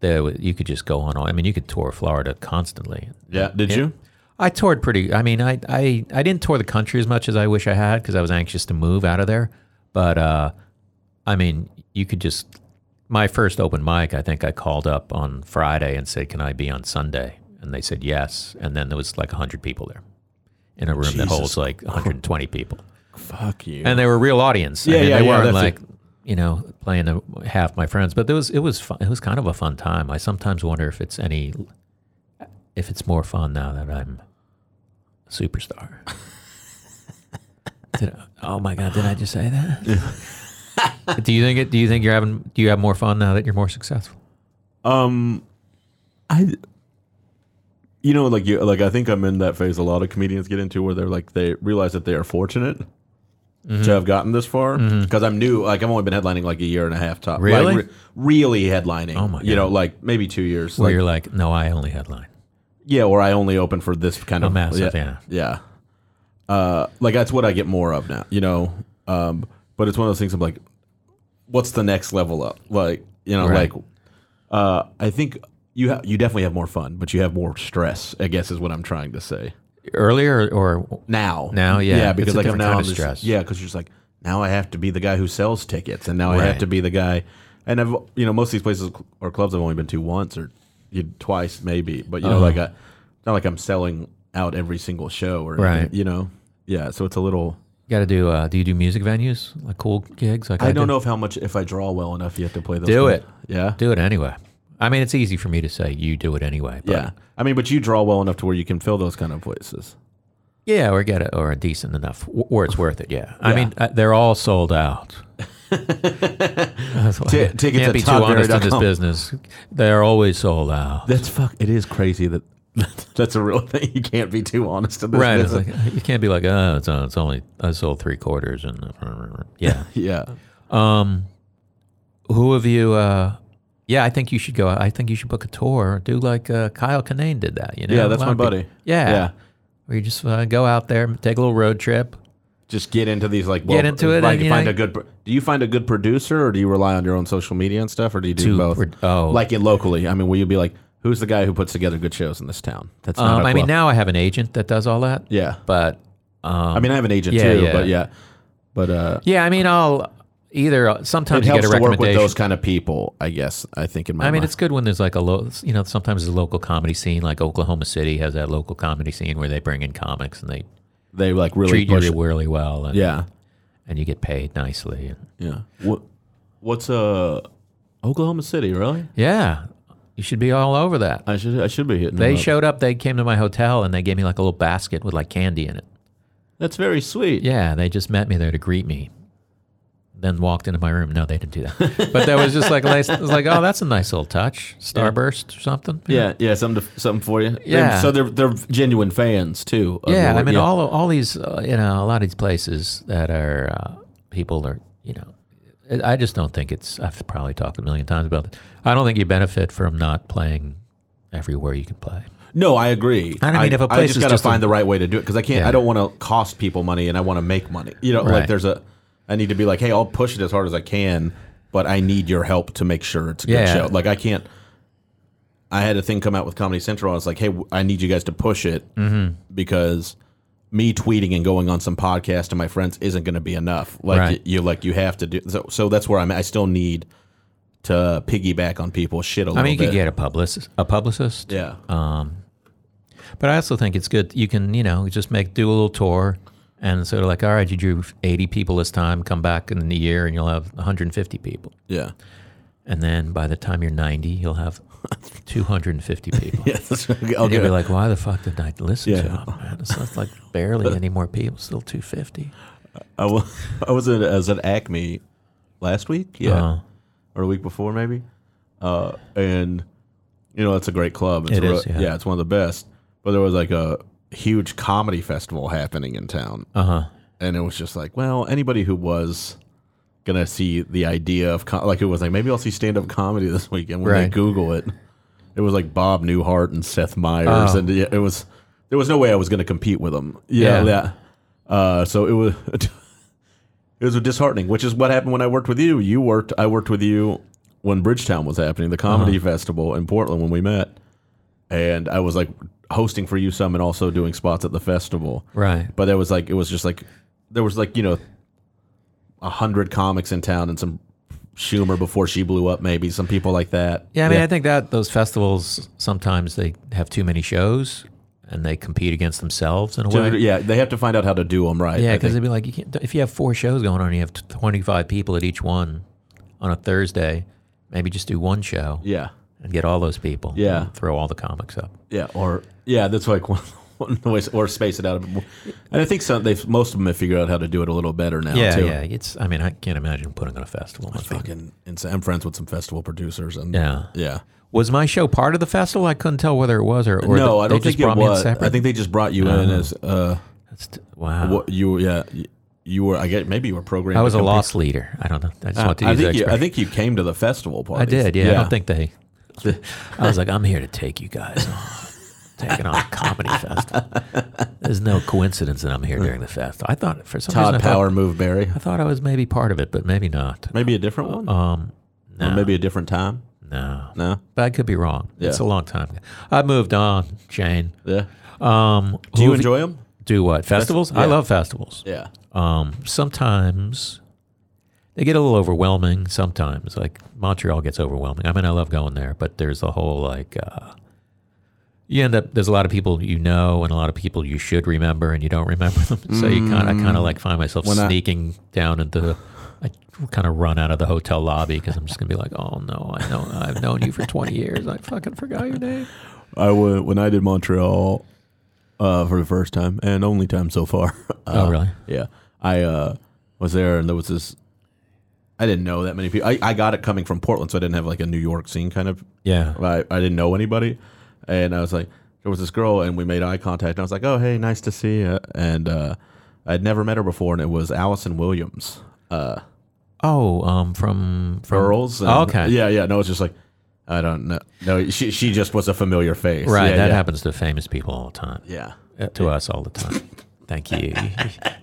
Speaker 3: there, wa- you could just go on. all- I mean, you could tour Florida constantly.
Speaker 4: Yeah. Did you?
Speaker 3: I toured pretty. I mean, I I, I didn't tour the country as much as I wish I had because I was anxious to move out of there. But uh, I mean, you could just my first open mic. I think I called up on Friday and said, "Can I be on Sunday?" And they said yes. And then there was like hundred people there in a room that
Speaker 4: Jesus
Speaker 3: holds like 120 people,
Speaker 4: Fuck you.
Speaker 3: and they were real audience. I
Speaker 4: Yeah,
Speaker 3: mean,
Speaker 4: yeah,
Speaker 3: they
Speaker 4: yeah,
Speaker 3: weren't
Speaker 4: that's
Speaker 3: like
Speaker 4: it.
Speaker 3: you know playing to half my friends. But there was it was fun. It was kind of a fun time. I sometimes wonder if it's any if it's more fun now that I'm a superstar. Did I- oh my god, did I just say that?
Speaker 4: <laughs>
Speaker 3: do you think it do you think you're having do you have more fun now that you're more successful?
Speaker 4: Um, I, you know, like you, like I think I'm in that phase. A lot of comedians get into where they're like they realize that they are fortunate to
Speaker 3: Mm-hmm.
Speaker 4: have gotten this far because I'm new. Like I've only been headlining like a year and a half. Top like,
Speaker 3: Really?
Speaker 4: re- really headlining.
Speaker 3: Oh my
Speaker 4: You know,
Speaker 3: God.
Speaker 4: like maybe two years.
Speaker 3: Where
Speaker 4: Like,
Speaker 3: you're like, no, I only headline.
Speaker 4: yeah, or I only open for this kind
Speaker 3: A
Speaker 4: of
Speaker 3: massive,
Speaker 4: Yeah, yeah. Uh, like that's what I get more of now. You know, um, but it's one of those things. I'm like, what's the next level up? Like, you know,
Speaker 3: Right.
Speaker 4: like uh, I think you ha- you definitely have more fun, but you have more stress. I guess is what I'm trying to say.
Speaker 3: Earlier or, or
Speaker 4: Now,
Speaker 3: Now, yeah.
Speaker 4: yeah,
Speaker 3: It's
Speaker 4: because
Speaker 3: a
Speaker 4: like I'm
Speaker 3: different
Speaker 4: now
Speaker 3: kind
Speaker 4: I'm
Speaker 3: of
Speaker 4: just,
Speaker 3: stress.
Speaker 4: yeah, because you're just like now I have to be the guy who sells tickets, and now I
Speaker 3: Right.
Speaker 4: have to be the guy. And I've you know most of these places or clubs I've only been to once or you, twice maybe, but you know
Speaker 3: Uh-huh.
Speaker 4: like I, it's not like I'm selling out every single show or
Speaker 3: Right.
Speaker 4: anything, you know yeah. So it's a little.
Speaker 3: you gotta do uh, do you do music venues? Like cool gigs? Like I,
Speaker 4: I, don't
Speaker 3: do?
Speaker 4: know if how much if I draw well enough yet to play those.
Speaker 3: Do
Speaker 4: kind
Speaker 3: it.
Speaker 4: of- yeah.
Speaker 3: Do it anyway. I mean it's easy for me to say you do it anyway. But
Speaker 4: yeah, I mean, but you draw well enough to where you can fill those kind of places.
Speaker 3: Yeah, or get a, or a decent enough w- where it's worth it. Yeah, I
Speaker 4: Yeah.
Speaker 3: mean uh, they're all sold
Speaker 4: <laughs>
Speaker 3: out. That's why
Speaker 4: Ti-
Speaker 3: I
Speaker 4: tickets
Speaker 3: can't
Speaker 4: at
Speaker 3: be too
Speaker 4: topberry
Speaker 3: honest in
Speaker 4: dot
Speaker 3: this
Speaker 4: com.
Speaker 3: business. They're always sold
Speaker 4: <laughs>
Speaker 3: out.
Speaker 4: That's fuck. It is crazy that <laughs> that's a real thing. You can't be too honest in this.
Speaker 3: Right? It's
Speaker 4: business.
Speaker 3: like, you can't be like, oh, it's, uh, it's only I sold three quarters and <laughs> yeah.
Speaker 4: yeah.
Speaker 3: Um, who of you? Uh, yeah, I think you should go. I think you should book a tour. Do like uh, Kyle Kinane did that. You know,
Speaker 4: Yeah, that's
Speaker 3: A lot
Speaker 4: my
Speaker 3: of people-
Speaker 4: buddy.
Speaker 3: Yeah,
Speaker 4: Yeah.
Speaker 3: Where you just uh, go out there, take a little road trip.
Speaker 4: Just get into these like
Speaker 3: Get into it
Speaker 4: Like
Speaker 3: and,
Speaker 4: you
Speaker 3: you
Speaker 4: find
Speaker 3: know-
Speaker 4: a good. pro- Do you find a good producer, or do you rely on your own social media and stuff, or do you do
Speaker 3: To-
Speaker 4: both?
Speaker 3: or- oh.
Speaker 4: like in locally. I mean, will you be like, who's the guy who puts together good shows in this town? That's not.
Speaker 3: Um,
Speaker 4: a
Speaker 3: I mean,
Speaker 4: club.
Speaker 3: now I have an agent that does all that.
Speaker 4: yeah.
Speaker 3: but um,
Speaker 4: I mean, I have an agent
Speaker 3: yeah,
Speaker 4: too,
Speaker 3: yeah.
Speaker 4: but yeah, but uh,
Speaker 3: Yeah, I mean, I'll either uh,
Speaker 4: it
Speaker 3: sometimes you
Speaker 4: helps
Speaker 3: get a
Speaker 4: to work with
Speaker 3: recommendation.
Speaker 4: those kind of people. I guess I think in my.
Speaker 3: I mean,
Speaker 4: mind.
Speaker 3: it's good when there's like a lo- you know, sometimes there's a local comedy scene, like Oklahoma City has that local comedy scene where they bring in comics and they
Speaker 4: they like really
Speaker 3: treat
Speaker 4: push. it.
Speaker 3: you really well, and,
Speaker 4: Yeah.
Speaker 3: and you get paid nicely. And,
Speaker 4: Yeah. What? What's uh, Oklahoma City? Really?
Speaker 3: yeah, you should be all over that.
Speaker 4: I should I should be hitting.
Speaker 3: They
Speaker 4: them up.
Speaker 3: showed up. They came to my hotel and they gave me like a little basket with like candy in it.
Speaker 4: That's very sweet.
Speaker 3: Yeah, they just met me there to greet me. Then walked into my room. No, they didn't do that. <laughs> But that was just like, nice- it was like, oh, that's a nice little touch. Starburst or something.
Speaker 4: Yeah, yeah, something, to, something for you.
Speaker 3: Yeah.
Speaker 4: so they're they're genuine fans too. of
Speaker 3: Yeah,
Speaker 4: your-
Speaker 3: I mean, all all these, uh, you know, a lot of these places that are uh, people are, you know, I I just don't think it's. I've probably talked a million times about it. I don't think you benefit from not playing everywhere you can play.
Speaker 4: No, I agree.
Speaker 3: And I mean, if a place
Speaker 4: just
Speaker 3: is
Speaker 4: gotta
Speaker 3: just a-
Speaker 4: find the right way to do it because I can't.
Speaker 3: Yeah.
Speaker 4: I don't want to cost people money, and I want to make money. You know,
Speaker 3: Right.
Speaker 4: like there's a. I need to be like, hey, I'll push it as hard as I can, but I need your help to make sure it's a
Speaker 3: Yeah.
Speaker 4: good show. Like I can't. I had a thing come out with Comedy Central. and I was like, hey, w- I need you guys to push it
Speaker 3: Mm-hmm.
Speaker 4: because me tweeting and going on some podcast to my friends isn't going to be enough. Like
Speaker 3: Right.
Speaker 4: you, like you have to do. So, so that's where I'm. at. I still need to piggyback on people's shit a
Speaker 3: I
Speaker 4: little
Speaker 3: mean, you
Speaker 4: bit.
Speaker 3: could um, get a publicist, a publicist.
Speaker 4: yeah.
Speaker 3: But I also think it's good. You can, you know, just make do a little tour, and sort of like, all right, you drew eighty people this time. Come back in a year, and you'll have one hundred and fifty people.
Speaker 4: yeah.
Speaker 3: And then by the time you're ninety, you'll have <laughs> two hundred and fifty people.
Speaker 4: Yes. <laughs> okay.
Speaker 3: And you'll be like, why the fuck did I listen to
Speaker 4: Yeah.
Speaker 3: him, man? It's not like
Speaker 4: <laughs>
Speaker 3: barely any more people, still 250.
Speaker 4: I wa- I was at, I was at Acme last week, yeah,
Speaker 3: Uh-huh.
Speaker 4: or the week before maybe, uh, and you know it's a great club. It's
Speaker 3: It
Speaker 4: a
Speaker 3: is, yeah.
Speaker 4: it's one of the best. But there was like a huge comedy festival happening in town.
Speaker 3: Uh huh.
Speaker 4: and it was just like, well, anybody who was gonna see the idea of com- like it was like maybe I'll see stand up comedy this weekend when they
Speaker 3: Right.
Speaker 4: Google it. It was like Bob Newhart and Seth Meyers,
Speaker 3: Oh.
Speaker 4: and yeah, it was there was no way I was gonna compete with them.
Speaker 3: Yeah.
Speaker 4: Yeah, yeah. Uh, so it was <laughs> it was disheartening, which is what happened when I worked with you. You worked, I worked with you when Bridgetown was happening, the comedy
Speaker 3: Uh-huh.
Speaker 4: festival in Portland when we met, and I was like hosting for you some and also doing spots at the festival
Speaker 3: Right.
Speaker 4: but there was like it was just like there was like you know a hundred comics in town and some Schumer before she blew up maybe some people like that
Speaker 3: Yeah, I mean, I think that those festivals sometimes they have too many shows and they compete against themselves in a
Speaker 4: So,
Speaker 3: way.
Speaker 4: yeah they have to find out how to do them right
Speaker 3: Yeah,
Speaker 4: I
Speaker 3: because it'd
Speaker 4: think.
Speaker 3: be like you can't, if you have four shows going on, you have t- 25 people at each one on a Thursday. Maybe just do one show
Speaker 4: yeah
Speaker 3: and get all those people.
Speaker 4: Yeah.
Speaker 3: and throw all the comics up.
Speaker 4: yeah or yeah that's like <laughs> one, one way or space it out a bit more. and I think some they most of them have figured out how to do it a little better now
Speaker 3: yeah,
Speaker 4: too
Speaker 3: yeah. It's. I mean, I can't imagine putting on a festival. Must be-
Speaker 4: fucking insane. I'm friends with some festival producers and
Speaker 3: Yeah.
Speaker 4: yeah
Speaker 3: Was my show part of the festival? I couldn't tell whether it was or, or
Speaker 4: no
Speaker 3: th-
Speaker 4: I
Speaker 3: they
Speaker 4: don't
Speaker 3: just
Speaker 4: think it
Speaker 3: brought me in
Speaker 4: was
Speaker 3: separate?
Speaker 4: I think they just brought you in
Speaker 3: Oh.
Speaker 4: as uh
Speaker 3: That's t- wow.
Speaker 4: what you yeah you- you were I guess maybe you were programmed
Speaker 3: I
Speaker 4: to
Speaker 3: was a
Speaker 4: compete. Uh,
Speaker 3: loss leader. I don't know. I just want to
Speaker 4: I
Speaker 3: use that
Speaker 4: think you, I
Speaker 3: expression.
Speaker 4: think you came to the festival party.
Speaker 3: I did. Yeah, I don't think they.
Speaker 4: <laughs>
Speaker 3: I was like, I'm here to take you guys on. Taking on a comedy festival. There's no coincidence that I'm here during the festival. I thought for some reason
Speaker 4: Todd
Speaker 3: I thought-
Speaker 4: Power move Barry.
Speaker 3: I thought I was maybe part of it, but maybe not.
Speaker 4: Maybe a different one.
Speaker 3: Um, no,
Speaker 4: Or maybe a different time.
Speaker 3: no,
Speaker 4: No.
Speaker 3: but I could be wrong. It's a
Speaker 4: Yeah.
Speaker 3: long time. ago. I moved on, Shane.
Speaker 4: Yeah.
Speaker 3: Um,
Speaker 4: Do you
Speaker 3: who've-
Speaker 4: enjoy them?
Speaker 3: do what festivals? I
Speaker 4: yeah.
Speaker 3: love festivals.
Speaker 4: Yeah.
Speaker 3: Um, sometimes they get a little overwhelming. Sometimes, like Montreal gets overwhelming. I mean, I love going there, but there's a whole like uh, you end up. There's a lot of people you know, and a lot of people you should remember, and you don't remember them. <laughs> So you kind of, kind of like find myself
Speaker 4: Mm. When I-
Speaker 3: sneaking down into. the I kind of run out of the hotel lobby because I'm just gonna be like, oh no, I know I've known you for 20 years. I fucking forgot your name.
Speaker 4: I would, when I did Montreal uh, for the first time and only time so far. <laughs> Uh,
Speaker 3: oh really?
Speaker 4: Yeah. I uh, was there and there was this. I didn't know that many people. I, I got it coming from Portland, so I didn't have like a New York scene kind of
Speaker 3: Yeah.
Speaker 4: I, I didn't know anybody. And I was like, there was this girl, and we made eye contact. And I was like, oh, hey, nice to see you. And uh, I'd never met her before, and it was Allison Williams. Uh,
Speaker 3: Oh, um, from from
Speaker 4: Earls. and-
Speaker 3: Oh, okay.
Speaker 4: Yeah, yeah. No, it's just like, I don't know. No, she, she just was a familiar face.
Speaker 3: Right,
Speaker 4: Yeah,
Speaker 3: that
Speaker 4: yeah.
Speaker 3: happens to famous people all the time.
Speaker 4: Yeah.
Speaker 3: Uh, To us all the time. Thank you.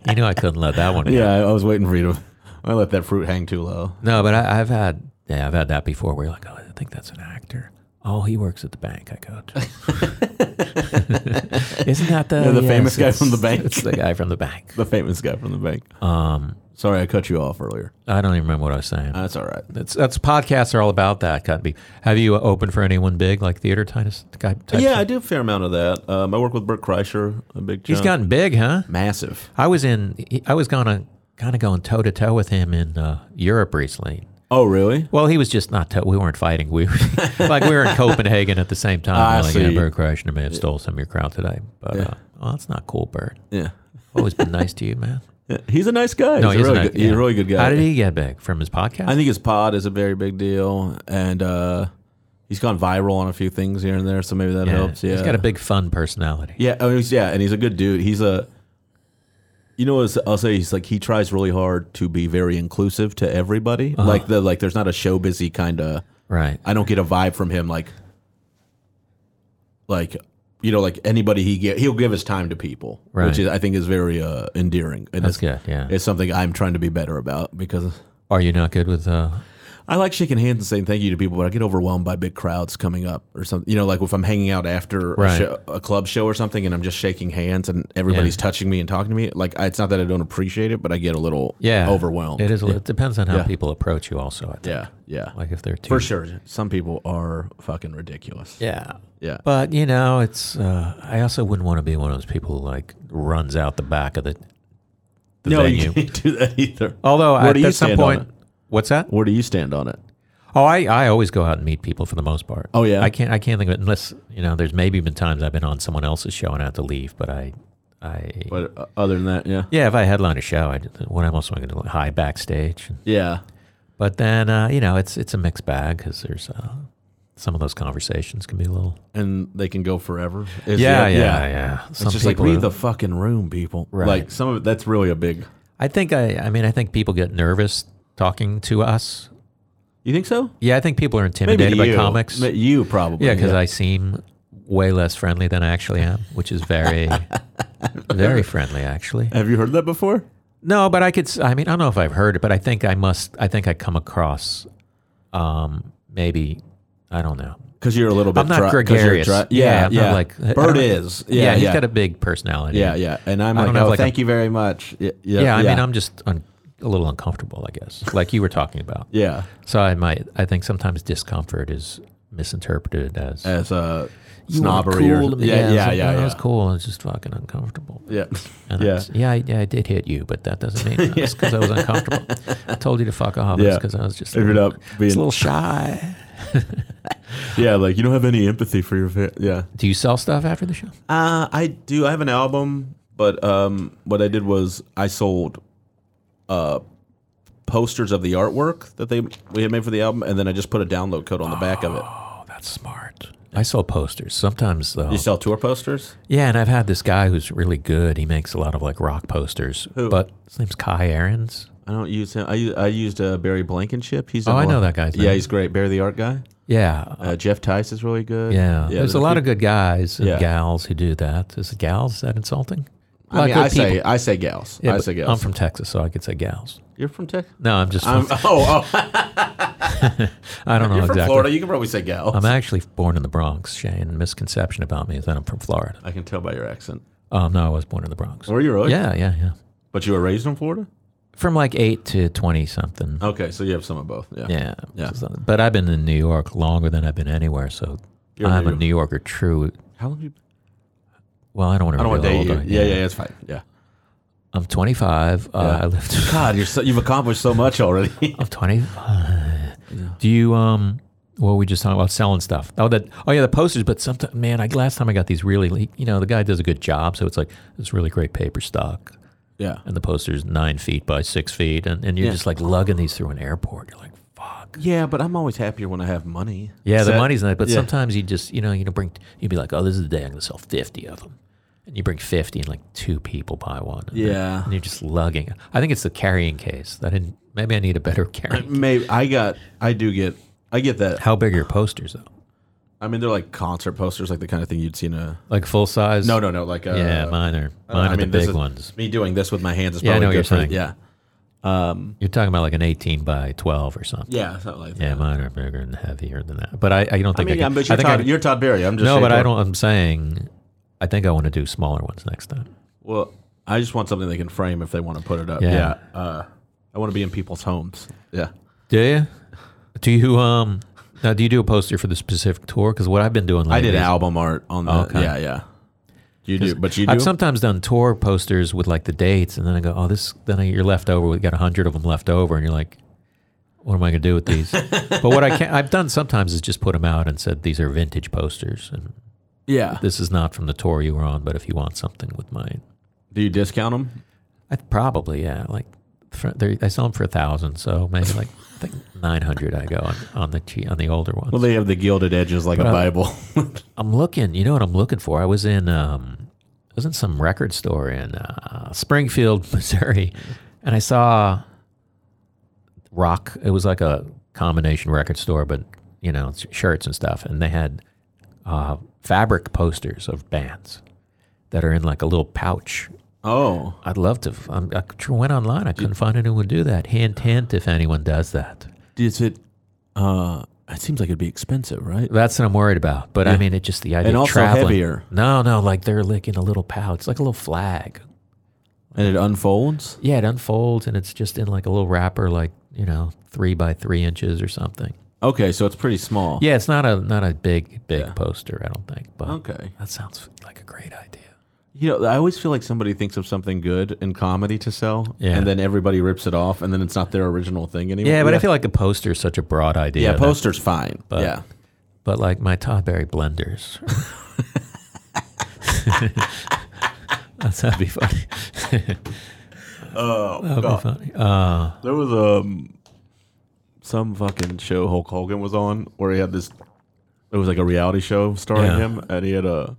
Speaker 3: You knew I couldn't let that one go.
Speaker 4: Yeah, I, I was waiting for you to. <laughs> I let that fruit hang too low.
Speaker 3: No, but I, I've had yeah, I've had that before where you're like, Oh, I think that's an actor. Oh, he works at the bank I go
Speaker 4: <laughs>
Speaker 3: to. Isn't that the,
Speaker 4: Yeah, the
Speaker 3: yes,
Speaker 4: famous guy from the
Speaker 3: it's-
Speaker 4: bank.
Speaker 3: It's the guy from the bank.
Speaker 4: The famous guy from the bank.
Speaker 3: Um
Speaker 4: Sorry, I cut you off earlier.
Speaker 3: I don't even remember what I was saying.
Speaker 4: That's all right.
Speaker 3: That's that's podcasts are all about that, Cutby. Have you uh, opened for anyone big like theater types type, type
Speaker 4: yeah,
Speaker 3: thing?
Speaker 4: I do a fair amount of that. Um, I work with Bert Kreischer, a big
Speaker 3: He's
Speaker 4: chunk.
Speaker 3: gotten big, huh?
Speaker 4: massive.
Speaker 3: I was in. I was gonna kind of going toe to toe with him in uh, Europe recently.
Speaker 4: Oh, really?
Speaker 3: Well, he was just not. Toe, we weren't fighting. We were <laughs> like we were in Copenhagen at the same time.
Speaker 4: I
Speaker 3: We're like, yeah,
Speaker 4: see.
Speaker 3: Bird Kreischer may have stole some of your crowd today, but uh, oh, that's not cool, Bird.
Speaker 4: Yeah.
Speaker 3: Always been nice to you, man.
Speaker 4: Yeah, he's a nice guy. <laughs> he's,
Speaker 3: he's
Speaker 4: a really
Speaker 3: nice-
Speaker 4: good, he's
Speaker 3: yeah.
Speaker 4: a really good guy.
Speaker 3: How did he get big from his podcast?
Speaker 4: I think his pod is a very big deal, and uh, he's gone viral on a few things here and there, so maybe that
Speaker 3: yeah.
Speaker 4: helps. Yeah,
Speaker 3: he's got a big fun personality.
Speaker 4: yeah, oh, he's, yeah, and he's a good dude. He's a, you know, as- I'll say he's like he tries really hard to be very inclusive to everybody.
Speaker 3: Uh-huh.
Speaker 4: Like the like, there's not a show busy kind of.
Speaker 3: Right.
Speaker 4: I don't get a vibe from him like, like you know, like anybody he get he'll give his time to people,
Speaker 3: Right.
Speaker 4: which is, I think is very uh, endearing, and
Speaker 3: That's
Speaker 4: it's,
Speaker 3: good. Yeah.
Speaker 4: it's something I'm trying to be better about because.
Speaker 3: Are you not good with? Uh,
Speaker 4: I like shaking hands and saying thank you to people, but I get overwhelmed by big crowds coming up or something. You know, like if I'm hanging out after
Speaker 3: Right.
Speaker 4: a, show, a club show or something, and I'm just shaking hands and everybody's touching me and talking to me. Like I, it's not that I don't appreciate it, but I get a little
Speaker 3: yeah.
Speaker 4: overwhelmed.
Speaker 3: It is. a li- It depends on how
Speaker 4: Yeah.
Speaker 3: people approach you. Also, I think.
Speaker 4: Yeah, yeah,
Speaker 3: Like if they're too
Speaker 4: for sure. Some people are fucking ridiculous.
Speaker 3: Yeah.
Speaker 4: Yeah.
Speaker 3: But you know, it's uh, I also wouldn't want to be one of those people who like runs out the back of the, the
Speaker 4: no,
Speaker 3: venue.
Speaker 4: you can't do that <laughs> either.
Speaker 3: Although
Speaker 4: Where
Speaker 3: at,
Speaker 4: do you
Speaker 3: at some
Speaker 4: stand on
Speaker 3: point
Speaker 4: it?
Speaker 3: what's that?
Speaker 4: Oh. Where do you stand on it?
Speaker 3: Oh, I, I always go out and meet people for the most part.
Speaker 4: Oh, yeah?
Speaker 3: I can't I can't think of it unless you know, there's maybe been times I've been on someone else's show and I had to leave, but I I
Speaker 4: But uh, other than that, yeah,
Speaker 3: yeah, if I headline a show, I what am also going to high backstage.
Speaker 4: yeah,
Speaker 3: But then uh, you know, it's it's a mixed bag because there's uh, some of those conversations can be a little.
Speaker 4: and they can go forever. Is
Speaker 3: Yeah,
Speaker 4: the-
Speaker 3: yeah, yeah. Some
Speaker 4: it's just like
Speaker 3: people
Speaker 4: leave
Speaker 3: are-
Speaker 4: the fucking room, people.
Speaker 3: Right.
Speaker 4: Like some of it, that's really a big.
Speaker 3: I think I. I mean, I think people get nervous talking to us.
Speaker 4: You think so?
Speaker 3: Yeah, I think people are
Speaker 4: Maybe
Speaker 3: intimidated
Speaker 4: to
Speaker 3: by
Speaker 4: you.
Speaker 3: comics.
Speaker 4: Ma- You probably.
Speaker 3: Yeah, because I seem way less friendly than I actually am, which is
Speaker 4: <laughs>
Speaker 3: very, very friendly actually.
Speaker 4: have you heard that before?
Speaker 3: No, but I could. s- I mean, I don't know if I've heard it, but I think I must. I think I come across, um, maybe, I don't know.
Speaker 4: Because you're a little bit.
Speaker 3: I'm not
Speaker 4: dry- 'cause you're
Speaker 3: gregarious.
Speaker 4: dry-
Speaker 3: Yeah,
Speaker 4: yeah,
Speaker 3: I'm not
Speaker 4: yeah.
Speaker 3: like- <laughs> I
Speaker 4: Bird
Speaker 3: don't-
Speaker 4: is.
Speaker 3: Yeah,
Speaker 4: Yeah, yeah.
Speaker 3: he's got a big personality.
Speaker 4: yeah, yeah. And I'm
Speaker 3: I
Speaker 4: like,
Speaker 3: don't have,
Speaker 4: oh,
Speaker 3: like, a-
Speaker 4: thank you very much. Yeah, yeah.
Speaker 3: yeah. I
Speaker 4: yeah.
Speaker 3: mean, I'm just un, a little uncomfortable, I guess, like you were talking about.
Speaker 4: Yeah,
Speaker 3: So I might. I think sometimes discomfort is misinterpreted as
Speaker 4: as a
Speaker 3: "You were
Speaker 4: snobbery
Speaker 3: cool to
Speaker 4: or
Speaker 3: me."
Speaker 4: yeah,
Speaker 3: it's
Speaker 4: yeah,
Speaker 3: like,
Speaker 4: yeah,
Speaker 3: "Oh,
Speaker 4: yeah.
Speaker 3: That's cool. It's just fucking uncomfortable.
Speaker 4: Yeah,
Speaker 3: <laughs> And
Speaker 4: yeah.
Speaker 3: yeah. yeah, I, yeah, I did hit you, but that doesn't mean
Speaker 4: <laughs>
Speaker 3: it's because I was uncomfortable. I told you to fuck off.
Speaker 4: Yeah.
Speaker 3: because I was just a
Speaker 4: Ended
Speaker 3: little,
Speaker 4: up being
Speaker 3: just a little shy.
Speaker 4: yeah, like you don't have any empathy for your fa- yeah.
Speaker 3: Do you sell stuff after the show?
Speaker 4: Uh, I do. I have an album, but um, what I did was I sold uh, posters of the artwork that they we had made for the album, and then I just put a download code on the back of it.
Speaker 3: Oh, that's smart. I sell posters sometimes though.
Speaker 4: You sell tour posters?
Speaker 3: yeah, and I've had this guy who's really good. He makes a lot of like rock posters,
Speaker 4: Who?
Speaker 3: but his name's Kai Ahrens.
Speaker 4: I don't use him. I u- I used uh, Barry Blankenship. He's
Speaker 3: Oh,
Speaker 4: in a
Speaker 3: I
Speaker 4: lot-
Speaker 3: know that guy's
Speaker 4: Yeah,
Speaker 3: name.
Speaker 4: he's great. Barry the art guy.
Speaker 3: Yeah,
Speaker 4: Uh, Jeff Tice is really good.
Speaker 3: Yeah. There's a lot of good guys and
Speaker 4: Yeah.
Speaker 3: gals who do that. Is gals is that insulting? A lot
Speaker 4: I
Speaker 3: of
Speaker 4: mean,
Speaker 3: good
Speaker 4: I say
Speaker 3: people.
Speaker 4: I say gals.
Speaker 3: Yeah,
Speaker 4: I
Speaker 3: but
Speaker 4: say
Speaker 3: I'm
Speaker 4: gals.
Speaker 3: from Texas, so I could say gals.
Speaker 4: You're from Texas.
Speaker 3: No, <laughs> I'm just
Speaker 4: I'm,
Speaker 3: from,
Speaker 4: <laughs> oh, oh.
Speaker 3: I don't know
Speaker 4: You're from
Speaker 3: exactly.
Speaker 4: Florida. You can probably say gals.
Speaker 3: I'm actually born in the Bronx, Shane. Misconception about me is that I'm from Florida.
Speaker 4: I can tell by your accent.
Speaker 3: Um, no, I was born in the Bronx.
Speaker 4: Were you really?
Speaker 3: Yeah, yeah, yeah.
Speaker 4: But you were raised in Florida?
Speaker 3: From like eight to twenty something.
Speaker 4: Oh, Okay, so you have some of both. Yeah.
Speaker 3: Yeah.
Speaker 4: Yeah.
Speaker 3: So- But I've been in New York longer than I've been anywhere, so
Speaker 4: You're
Speaker 3: I'm
Speaker 4: New
Speaker 3: a New Yorker true.
Speaker 4: How long have you?
Speaker 3: Well, I don't want
Speaker 4: I
Speaker 3: to
Speaker 4: don't want to
Speaker 3: reveal
Speaker 4: date
Speaker 3: how
Speaker 4: you.
Speaker 3: old I
Speaker 4: Yeah,
Speaker 3: am.
Speaker 4: yeah, it's fine. Yeah.
Speaker 3: I'm 25. Uh,
Speaker 4: Yeah.
Speaker 3: I lived.
Speaker 4: God, you're so, you've accomplished so much already. <laughs>
Speaker 3: I'm 20. Do you um? What were we just talking about selling stuff? Oh, that. Oh yeah, the posters. But sometimes, man, I last time I got these really. like, You know, the guy does a good job, so it's like it's really great paper stock,
Speaker 4: yeah.
Speaker 3: and the poster's nine feet by six feet, and, and you're
Speaker 4: Yeah.
Speaker 3: just like lugging these through an airport. You're like, fuck.
Speaker 4: Yeah, but I'm always happier when I have money.
Speaker 3: Yeah,
Speaker 4: Is
Speaker 3: the
Speaker 4: that-
Speaker 3: money's not. But
Speaker 4: yeah.
Speaker 3: sometimes you just, you know, you know, bring. You'd be like, oh, this is the day I'm gonna sell 50 of them, and you bring 50, and like two people buy one. and they're-
Speaker 4: Yeah.
Speaker 3: and you're just lugging. I think it's the carrying case. That didn't. Maybe I need a better carrying.
Speaker 4: Maybe I got. I do get. I get that.
Speaker 3: How big are your posters though?
Speaker 4: I mean, they're like concert posters, like the kind of thing you'd see in a.
Speaker 3: Like full size?
Speaker 4: No, no, no. Like uh,
Speaker 3: Yeah, mine are
Speaker 4: I don't know,
Speaker 3: mine
Speaker 4: I
Speaker 3: are
Speaker 4: mean,
Speaker 3: the
Speaker 4: this
Speaker 3: big
Speaker 4: is-
Speaker 3: ones.
Speaker 4: Me doing this with my hands is
Speaker 3: Yeah, I
Speaker 4: probably
Speaker 3: know what
Speaker 4: good
Speaker 3: you're
Speaker 4: for-
Speaker 3: saying.
Speaker 4: Yeah. Um.
Speaker 3: You're talking about like an 18 by 12 or something.
Speaker 4: Yeah. Something like that.
Speaker 3: Yeah, mine are bigger and heavier than that. But I, I don't
Speaker 4: I
Speaker 3: think I,
Speaker 4: mean, yeah,
Speaker 3: can. I
Speaker 4: but you're,
Speaker 3: think I
Speaker 4: Todd,
Speaker 3: can-
Speaker 4: you're Todd Berry. I'm just
Speaker 3: no,
Speaker 4: saying
Speaker 3: but I
Speaker 4: for-
Speaker 3: don't. I'm saying, I think I want to do smaller ones next time.
Speaker 4: Well, I just want something they can frame if they want to put it up.
Speaker 3: Yeah.
Speaker 4: Yeah. Uh, I want to be in people's homes. Yeah.
Speaker 3: Do you? Do you um? Now, do you do a poster for the specific tour? Because what I've been doing, lately
Speaker 4: I did
Speaker 3: is-
Speaker 4: album art on the.
Speaker 3: Okay.
Speaker 4: Yeah, yeah. You do, but you do.
Speaker 3: I've sometimes done tour posters with like the dates, and then I go, oh, this. Then I, you're left over. We got a hundred of them left over, and you're like, what am I going to do with
Speaker 4: <laughs>
Speaker 3: these? but what I can, I've done sometimes is just put them out and said these are vintage posters, and
Speaker 4: yeah.
Speaker 3: this is not from the tour you were on. But if you want something with mine,
Speaker 4: Do you discount them?
Speaker 3: I probably yeah, like for, they're- I sell them for a thousand, so maybe like I think nine hundred. I go on, on the che- on the older ones.
Speaker 4: Well, they have the gilded edges like a
Speaker 3: uh,
Speaker 4: Bible.
Speaker 3: I'm looking. You know what I'm looking for? I was in um, I was in some record store in uh, Springfield, <laughs> Missouri, and I saw rock. It was like a combination record store, but you know, it's shirts and stuff, and they had uh, fabric posters of bands that are in like a little pouch.
Speaker 4: <laughs> oh,
Speaker 3: I'd love to. I'm, I tr- went online. I couldn't find anyone do that. Hint, hint. If anyone does that,
Speaker 4: is it? Uh, it seems like it'd be expensive, right?
Speaker 3: That's what I'm worried about. But I mean, it just the idea
Speaker 4: And
Speaker 3: of
Speaker 4: also
Speaker 3: traveling.
Speaker 4: heavier.
Speaker 3: No, no, like they're licking a little pouch. It's like a little flag.
Speaker 4: And it unfolds.
Speaker 3: Yeah, it unfolds and it's just in like a little wrapper, like you know, three by three inches or something.
Speaker 4: Okay, so it's pretty small.
Speaker 3: Yeah, it's not a not a big big
Speaker 4: Yeah.
Speaker 3: poster, I don't think. But
Speaker 4: Okay.
Speaker 3: that sounds like a great idea.
Speaker 4: You know, I always feel like somebody thinks of something good in comedy to sell,
Speaker 3: Yeah.
Speaker 4: and then everybody rips it off, and then it's not their original thing anymore.
Speaker 3: Yeah, but I feel like a poster is such a broad idea.
Speaker 4: yeah,
Speaker 3: that-
Speaker 4: poster's fine.
Speaker 3: But-
Speaker 4: yeah.
Speaker 3: But like my Todd Berry blenders. <laughs> That's, that'd be funny.
Speaker 4: Oh,
Speaker 3: That'd be funny. Uh,
Speaker 4: There was um some fucking show Hulk Hogan was on where he had this It was like a reality show starring
Speaker 3: Yeah.
Speaker 4: him, and he had a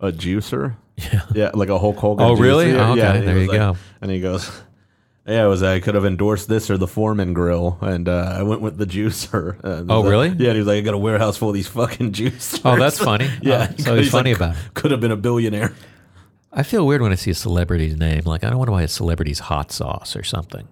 Speaker 4: a juicer.
Speaker 3: Yeah.
Speaker 4: Yeah, like a Hulk Hogan.
Speaker 3: Oh,
Speaker 4: juicer.
Speaker 3: really?
Speaker 4: Yeah,
Speaker 3: Okay,
Speaker 4: and he
Speaker 3: there
Speaker 4: was
Speaker 3: you
Speaker 4: like-
Speaker 3: go.
Speaker 4: And he goes, "Yeah, it was. I could have endorsed this or the Foreman Grill, and uh, I went with the juicer." <laughs> And
Speaker 3: Oh,
Speaker 4: he's like-
Speaker 3: really?
Speaker 4: Yeah, and he was like, "I got a warehouse full of these fucking <laughs> juicers."
Speaker 3: Oh, <laughs> that's funny.
Speaker 4: yeah,
Speaker 3: Oh, so he's funny
Speaker 4: like,
Speaker 3: about it.
Speaker 4: Could have been a billionaire.
Speaker 3: I feel weird when I see a celebrity's name. Like, I don't want to buy a celebrity's hot sauce or something.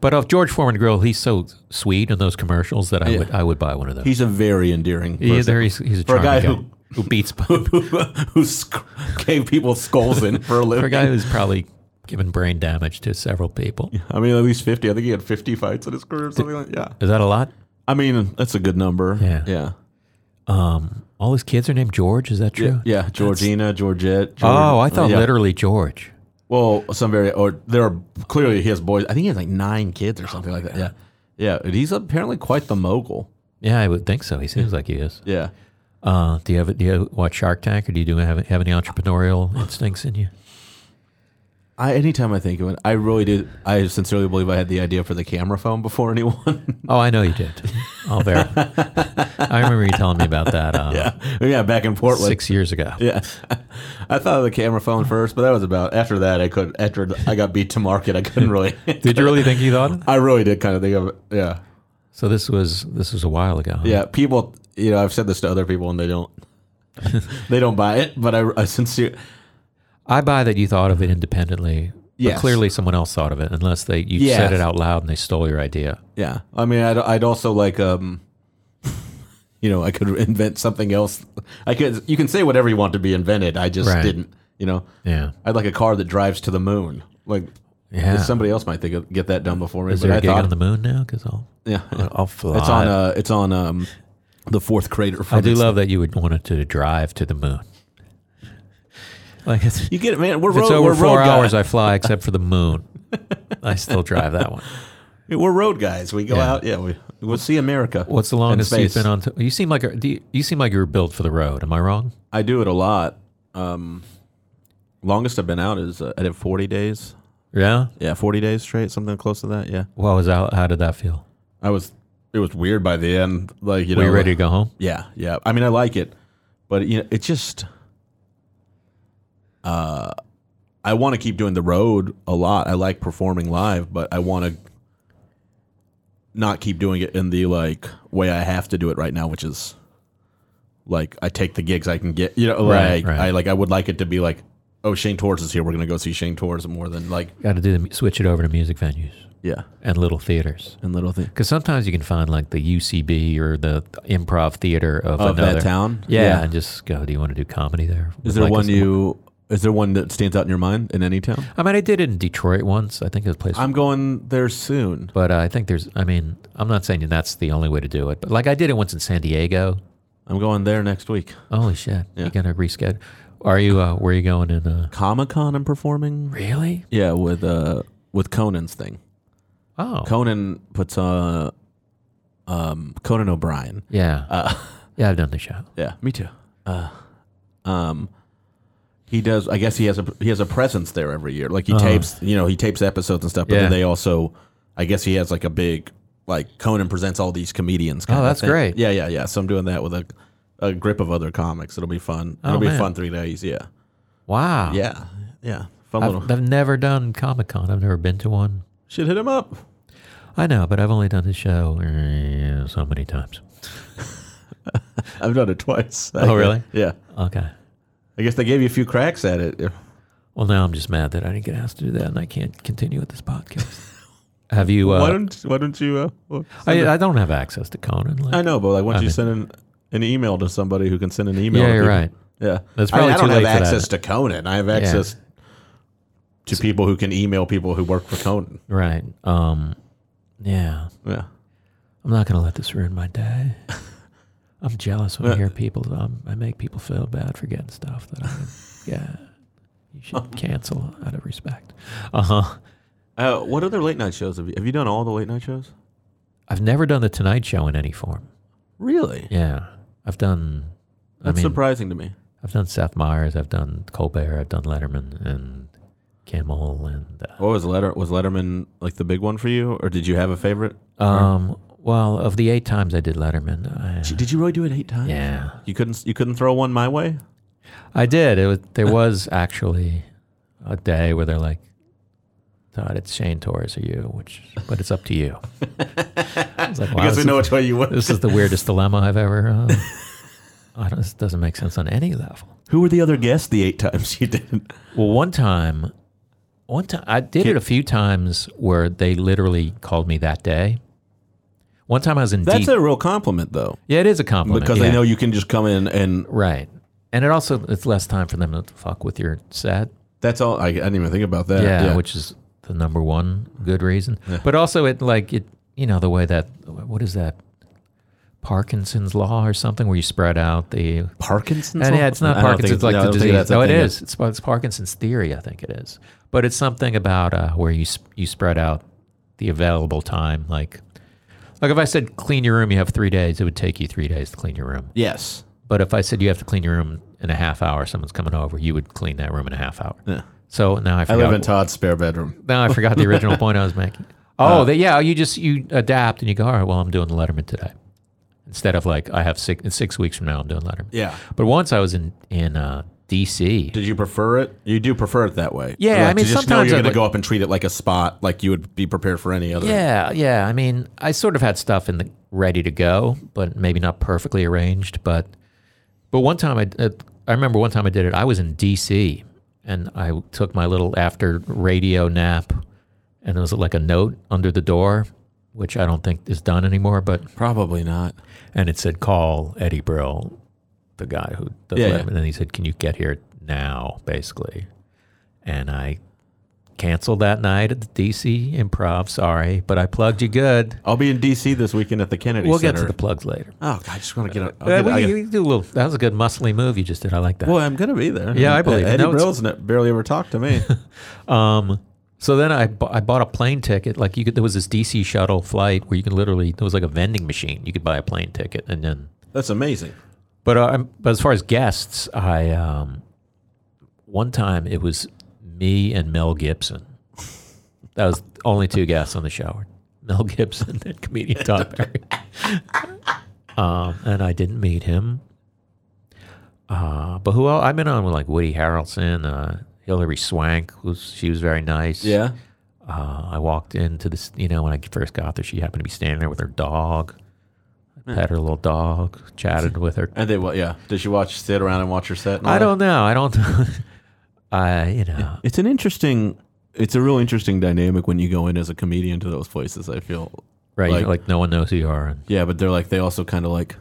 Speaker 3: But off George Foreman Grill, he's so sweet in those commercials that I
Speaker 4: Yeah.
Speaker 3: would I would buy one of those.
Speaker 4: He's a very endearing. Person.
Speaker 3: He's, he's, he's a
Speaker 4: for a
Speaker 3: charming
Speaker 4: guy
Speaker 3: guy,
Speaker 4: who-
Speaker 3: who
Speaker 4: <laughs>
Speaker 3: beats <laughs>
Speaker 4: who, who sc- gave people skulls in for a
Speaker 3: for
Speaker 4: living.
Speaker 3: a guy who's probably given brain damage to several people.
Speaker 4: I mean, at least 50. I think he had 50 fights in his career or something like Yeah.
Speaker 3: Is that a lot?
Speaker 4: I mean, that's a good number.
Speaker 3: Yeah.
Speaker 4: Yeah.
Speaker 3: Um, all his kids are named George. Is that true?
Speaker 4: Yeah. yeah. Georgina, Georgette. George-
Speaker 3: Oh, I thought
Speaker 4: yeah.
Speaker 3: literally George.
Speaker 4: Well, some very, or there are clearly his boys. I think he has like nine kids or something like that. Yeah. Yeah. and He's apparently quite the mogul.
Speaker 3: Yeah, I would think so. He seems like he is.
Speaker 4: Yeah.
Speaker 3: Uh, do you have do you watch Shark Tank or do you do have, have any entrepreneurial instincts in you?
Speaker 4: I, anytime I think of it, I really do. I sincerely believe I had the idea for the camera phone before anyone. <laughs>
Speaker 3: Oh, I know you did. Oh, there. I remember you telling me about that uh,
Speaker 4: yeah. Yeah. Back in Portland.
Speaker 3: six years ago.
Speaker 4: Yeah, <laughs> I thought of the camera phone first, but that was about after that. I could after I got beat to market. I couldn't really.
Speaker 3: <laughs> Did you really think you thought? it?
Speaker 4: <laughs> I really did kind of think of it. Yeah,
Speaker 3: So this was this was a while ago. huh?
Speaker 4: yeah. People, you know, I've said this to other people, and they don't, <laughs> they don't buy it. But I, I sincere.
Speaker 3: I buy that you thought of it independently. Yeah.
Speaker 4: Yes.
Speaker 3: But clearly someone else thought of it, unless they you
Speaker 4: Yes.
Speaker 3: said it out loud and they stole your idea.
Speaker 4: Yeah, I mean, I'd, I'd also like, um, <laughs> you know, I could invent something else. I could. You can say whatever you want to be invented. I just
Speaker 3: Right.
Speaker 4: didn't. You know,
Speaker 3: Yeah.
Speaker 4: I'd like a car that drives to the moon. Like,
Speaker 3: Yeah.
Speaker 4: somebody else might think of, get that done before me.
Speaker 3: Is
Speaker 4: but
Speaker 3: there a
Speaker 4: I
Speaker 3: gig
Speaker 4: thought,
Speaker 3: on the moon now? Because I'll <laughs>
Speaker 4: Yeah, yeah.
Speaker 3: I'll fly.
Speaker 4: It's on. Uh, it's on. Um, the fourth crater.
Speaker 3: I
Speaker 4: from
Speaker 3: do
Speaker 4: its-
Speaker 3: love that you would want it to drive to the moon. <laughs> Like it's,
Speaker 4: You get it, man. We're
Speaker 3: if it's
Speaker 4: road. We're
Speaker 3: over four
Speaker 4: road
Speaker 3: hours,
Speaker 4: guys.
Speaker 3: I fly except for the moon. I still drive that one.
Speaker 4: we're road guys. We go
Speaker 3: Yeah.
Speaker 4: out. Yeah, we we'll see America.
Speaker 3: What's the
Speaker 4: and
Speaker 3: longest you've
Speaker 4: space.
Speaker 3: been on? T- you seem like a, do you, you seem like you were built for the road. Am I wrong?
Speaker 4: I do it a lot. Um, longest I've been out is uh, I did forty days.
Speaker 3: Yeah.
Speaker 4: Yeah, forty days straight, something close to that. Yeah,
Speaker 3: What was that? How did that feel?
Speaker 4: I was. It was weird by the end. Like you
Speaker 3: were
Speaker 4: know,
Speaker 3: you ready to go home?
Speaker 4: Yeah, yeah. I mean, I like it, but you know, it just. Uh, I want to keep doing the road a lot. I like performing live, but I want to not keep doing it in the like way I have to do it right now, which is like I take the gigs I can get. You know,
Speaker 3: Right,
Speaker 4: like
Speaker 3: right.
Speaker 4: I like I would like it to be like, oh, Shane Torres is here. We're gonna go see Shane Torres more than like
Speaker 3: Got to do the, switch it over to music venues
Speaker 4: yeah
Speaker 3: and little theaters.
Speaker 4: and little thing
Speaker 3: Because sometimes you can find like the UCB or the improv theater of,
Speaker 4: of
Speaker 3: another
Speaker 4: that town.
Speaker 3: Yeah, and just go. Do you want to do comedy there?
Speaker 4: Is there
Speaker 3: Like,
Speaker 4: one you? Is there one that stands out in your mind in any town?
Speaker 3: I mean, I did it in Detroit once. I think it was a place.
Speaker 4: I'm going there soon.
Speaker 3: but uh, I think there's. I mean, I'm not saying that's the only way to do it, but like I did it once in San Diego.
Speaker 4: I'm going there next week.
Speaker 3: Holy shit! You gotta reschedule. Are you? Uh, where are you going in? Uh,
Speaker 4: Comic Con I'm performing.
Speaker 3: really?
Speaker 4: Yeah, with uh with Conan's thing.
Speaker 3: Oh,
Speaker 4: Conan puts uh um Conan O'Brien.
Speaker 3: yeah.
Speaker 4: Uh, <laughs>
Speaker 3: yeah, I've done the show.
Speaker 4: Yeah, me too. Uh, um, he does. I guess he has a he has a presence there every year. Like he tapes, you know, he tapes episodes and stuff. But
Speaker 3: Uh-huh. Yeah.
Speaker 4: then they also, I guess he has like a big like Conan presents all these comedians. Kind
Speaker 3: Oh,
Speaker 4: of
Speaker 3: that's
Speaker 4: thing.
Speaker 3: great.
Speaker 4: Yeah, yeah, yeah. So I'm doing that with a a grip of other comics. It'll be fun. It'll
Speaker 3: Oh,
Speaker 4: be
Speaker 3: man.
Speaker 4: fun three days. Yeah,
Speaker 3: Wow.
Speaker 4: yeah, yeah. Fun little.
Speaker 3: I've, I've never done Comic Con. I've never been to one.
Speaker 4: Should hit him up.
Speaker 3: I know, but I've only done the show uh, so many times.
Speaker 4: I've done it twice.
Speaker 3: Oh, really?
Speaker 4: <laughs> Yeah.
Speaker 3: Okay.
Speaker 4: I guess they gave you a few cracks at it.
Speaker 3: Well, now I'm just mad that I didn't get asked to do that, and I can't continue with this
Speaker 4: <laughs>
Speaker 3: podcast. have you? Uh,
Speaker 4: why don't Why don't you? Uh,
Speaker 3: I, I don't have access to Conan. Like,
Speaker 4: I know, but like once
Speaker 3: I
Speaker 4: you
Speaker 3: mean-
Speaker 4: send an, an email to somebody who can send an email.
Speaker 3: Yeah,
Speaker 4: to
Speaker 3: you're
Speaker 4: people-
Speaker 3: right.
Speaker 4: Yeah,
Speaker 3: That's
Speaker 4: I-
Speaker 3: probably
Speaker 4: I,
Speaker 3: too
Speaker 4: don't
Speaker 3: late
Speaker 4: have
Speaker 3: for that.
Speaker 4: access to Conan. I have access to people who can email people who work for Conan.
Speaker 3: Right. Um. Yeah.
Speaker 4: Yeah,
Speaker 3: I'm not gonna let this ruin my day. I'm jealous when I hear people. Um, I make people feel bad for getting stuff that I. Yeah. You should cancel out of respect. Uh huh.
Speaker 4: uh, what other late night shows have you? Have you done all the late night shows?
Speaker 3: I've never done the Tonight Show in any form.
Speaker 4: Really?
Speaker 3: Yeah. I've done. I
Speaker 4: That's
Speaker 3: mean,
Speaker 4: surprising to me.
Speaker 3: I've done Seth Meyers. I've done Colbert. I've done Letterman and Kimmel and. Uh,
Speaker 4: What was Letter? Was Letterman like the big one for you, or did you have a favorite?
Speaker 3: Um, Well, of the eight times I did Letterman, I,
Speaker 4: Did you really do it eight times?
Speaker 3: yeah,
Speaker 4: You couldn't you couldn't throw one my way?
Speaker 3: I did. It was there was actually a day where they're like, Todd, it's Shane Torres or you, which but it's up to
Speaker 4: <laughs>
Speaker 3: you. I was like, wow, this,
Speaker 4: Because we
Speaker 3: is,
Speaker 4: know which way you went.
Speaker 3: this is the weirdest dilemma I've ever. Uh, I don't, this doesn't make sense on any level.
Speaker 4: <laughs> Who were the other guests the eight times you did?
Speaker 3: Well, one time, one time I did it a few times where they literally called me that day. One time I was in
Speaker 4: That's
Speaker 3: deep.
Speaker 4: a real compliment though.
Speaker 3: yeah, it is a compliment
Speaker 4: Because
Speaker 3: yeah.
Speaker 4: they know you can just come in and
Speaker 3: right, and it also it's less time for them to fuck with your set.
Speaker 4: that's all I, I didn't even think about that.
Speaker 3: yeah, which is the number one good reason. But also, it like it, you know, the way that what is that Parkinson's law or something where you spread out the.
Speaker 4: Parkinson's?
Speaker 3: And
Speaker 4: law?
Speaker 3: yeah, it's not
Speaker 4: I don't think
Speaker 3: Parkinson's
Speaker 4: it's-
Speaker 3: like
Speaker 4: no, I
Speaker 3: the
Speaker 4: don't think
Speaker 3: disease.
Speaker 4: that's a
Speaker 3: No, it
Speaker 4: thing.
Speaker 3: is. It's, it's Parkinson's theory, I think it is. But it's something about uh, where you sp- you spread out the available time. Like, like if I said clean your room, you have three days. It would take you three days to clean your room.
Speaker 4: Yes.
Speaker 3: But if I said you have to clean your room in a half hour, someone's coming over, you would clean that room in a half hour.
Speaker 4: Yeah.
Speaker 3: So now I
Speaker 4: I
Speaker 3: forgot
Speaker 4: live in Todd's spare bedroom.
Speaker 3: now I forgot the original point I was making. <laughs> Oh, that yeah, you just you adapt and you go, all right, well, I'm doing the Letterman today, instead of like I have six in six weeks from now I'm doing Letterman.
Speaker 4: Yeah.
Speaker 3: But once I was in in uh, D.C.
Speaker 4: Did you prefer it? You do prefer it that way.
Speaker 3: Yeah,
Speaker 4: Like,
Speaker 3: I mean,
Speaker 4: to just know
Speaker 3: sometimes
Speaker 4: you're
Speaker 3: I
Speaker 4: going to
Speaker 3: would-
Speaker 4: go up and treat it like a spot, like you would be prepared for any other.
Speaker 3: Yeah, yeah. I mean, I sort of had stuff in the ready to go, but maybe not perfectly arranged. But but one time I uh, I remember one time I did it. I was in D.C. and I took my little after radio nap, and there was like a note under the door, which I don't think is done anymore, but.
Speaker 4: Probably not.
Speaker 3: and it said call Eddie Brill, the guy who does
Speaker 4: Yeah,
Speaker 3: yeah,
Speaker 4: yeah.
Speaker 3: And then he said, "Can you get here now?" Basically, and I canceled that night at the DC Improv. Sorry, but I plugged you good.
Speaker 4: I'll be in D.C. this weekend at the Kennedy
Speaker 3: We'll get to
Speaker 4: Center.
Speaker 3: the plugs later.
Speaker 4: Oh, God, I just want to get. A, I'll
Speaker 3: Uh,
Speaker 4: get- I
Speaker 3: we,
Speaker 4: get-
Speaker 3: we do a little. That was a good muscly move you just did. I like that.
Speaker 4: well, I'm going to be there.
Speaker 3: Yeah, I
Speaker 4: And
Speaker 3: believe it.
Speaker 4: Eddie
Speaker 3: No, it's-
Speaker 4: Brill's ne- barely ever talked
Speaker 3: <laughs>
Speaker 4: to me.
Speaker 3: Um, so then I, bu- I bought a plane ticket. Like you could, there was this DC shuttle flight where you could literally there was like a vending machine. You could buy a plane ticket and then
Speaker 4: That's amazing.
Speaker 3: But uh, I'm- but as far as guests, I um, one time it was me and Mel Gibson. That was the only two guests on the show: <laughs> Mel Gibson and comedian Todd Perry. <laughs> um, and I didn't meet him. Uh, but who else? I've been on with like Woody Harrelson, uh, Hillary Swank. Who's she was very nice.
Speaker 4: Yeah.
Speaker 3: Uh, I walked into this, you know, when I first got there, she happened to be standing there with her dog. I Pet her little dog, chatted with her
Speaker 4: And they, well, yeah. Did you watch, sit around and watch her set? and all
Speaker 3: I
Speaker 4: that?
Speaker 3: don't know. <laughs> I don't. I you
Speaker 4: <laughs>
Speaker 3: know.
Speaker 4: It's an interesting. It's a real interesting dynamic when you go in as a comedian to those places. I feel
Speaker 3: Right, like,
Speaker 4: Like-
Speaker 3: like no one knows who you are, and
Speaker 4: Yeah, but they're like they also kind of like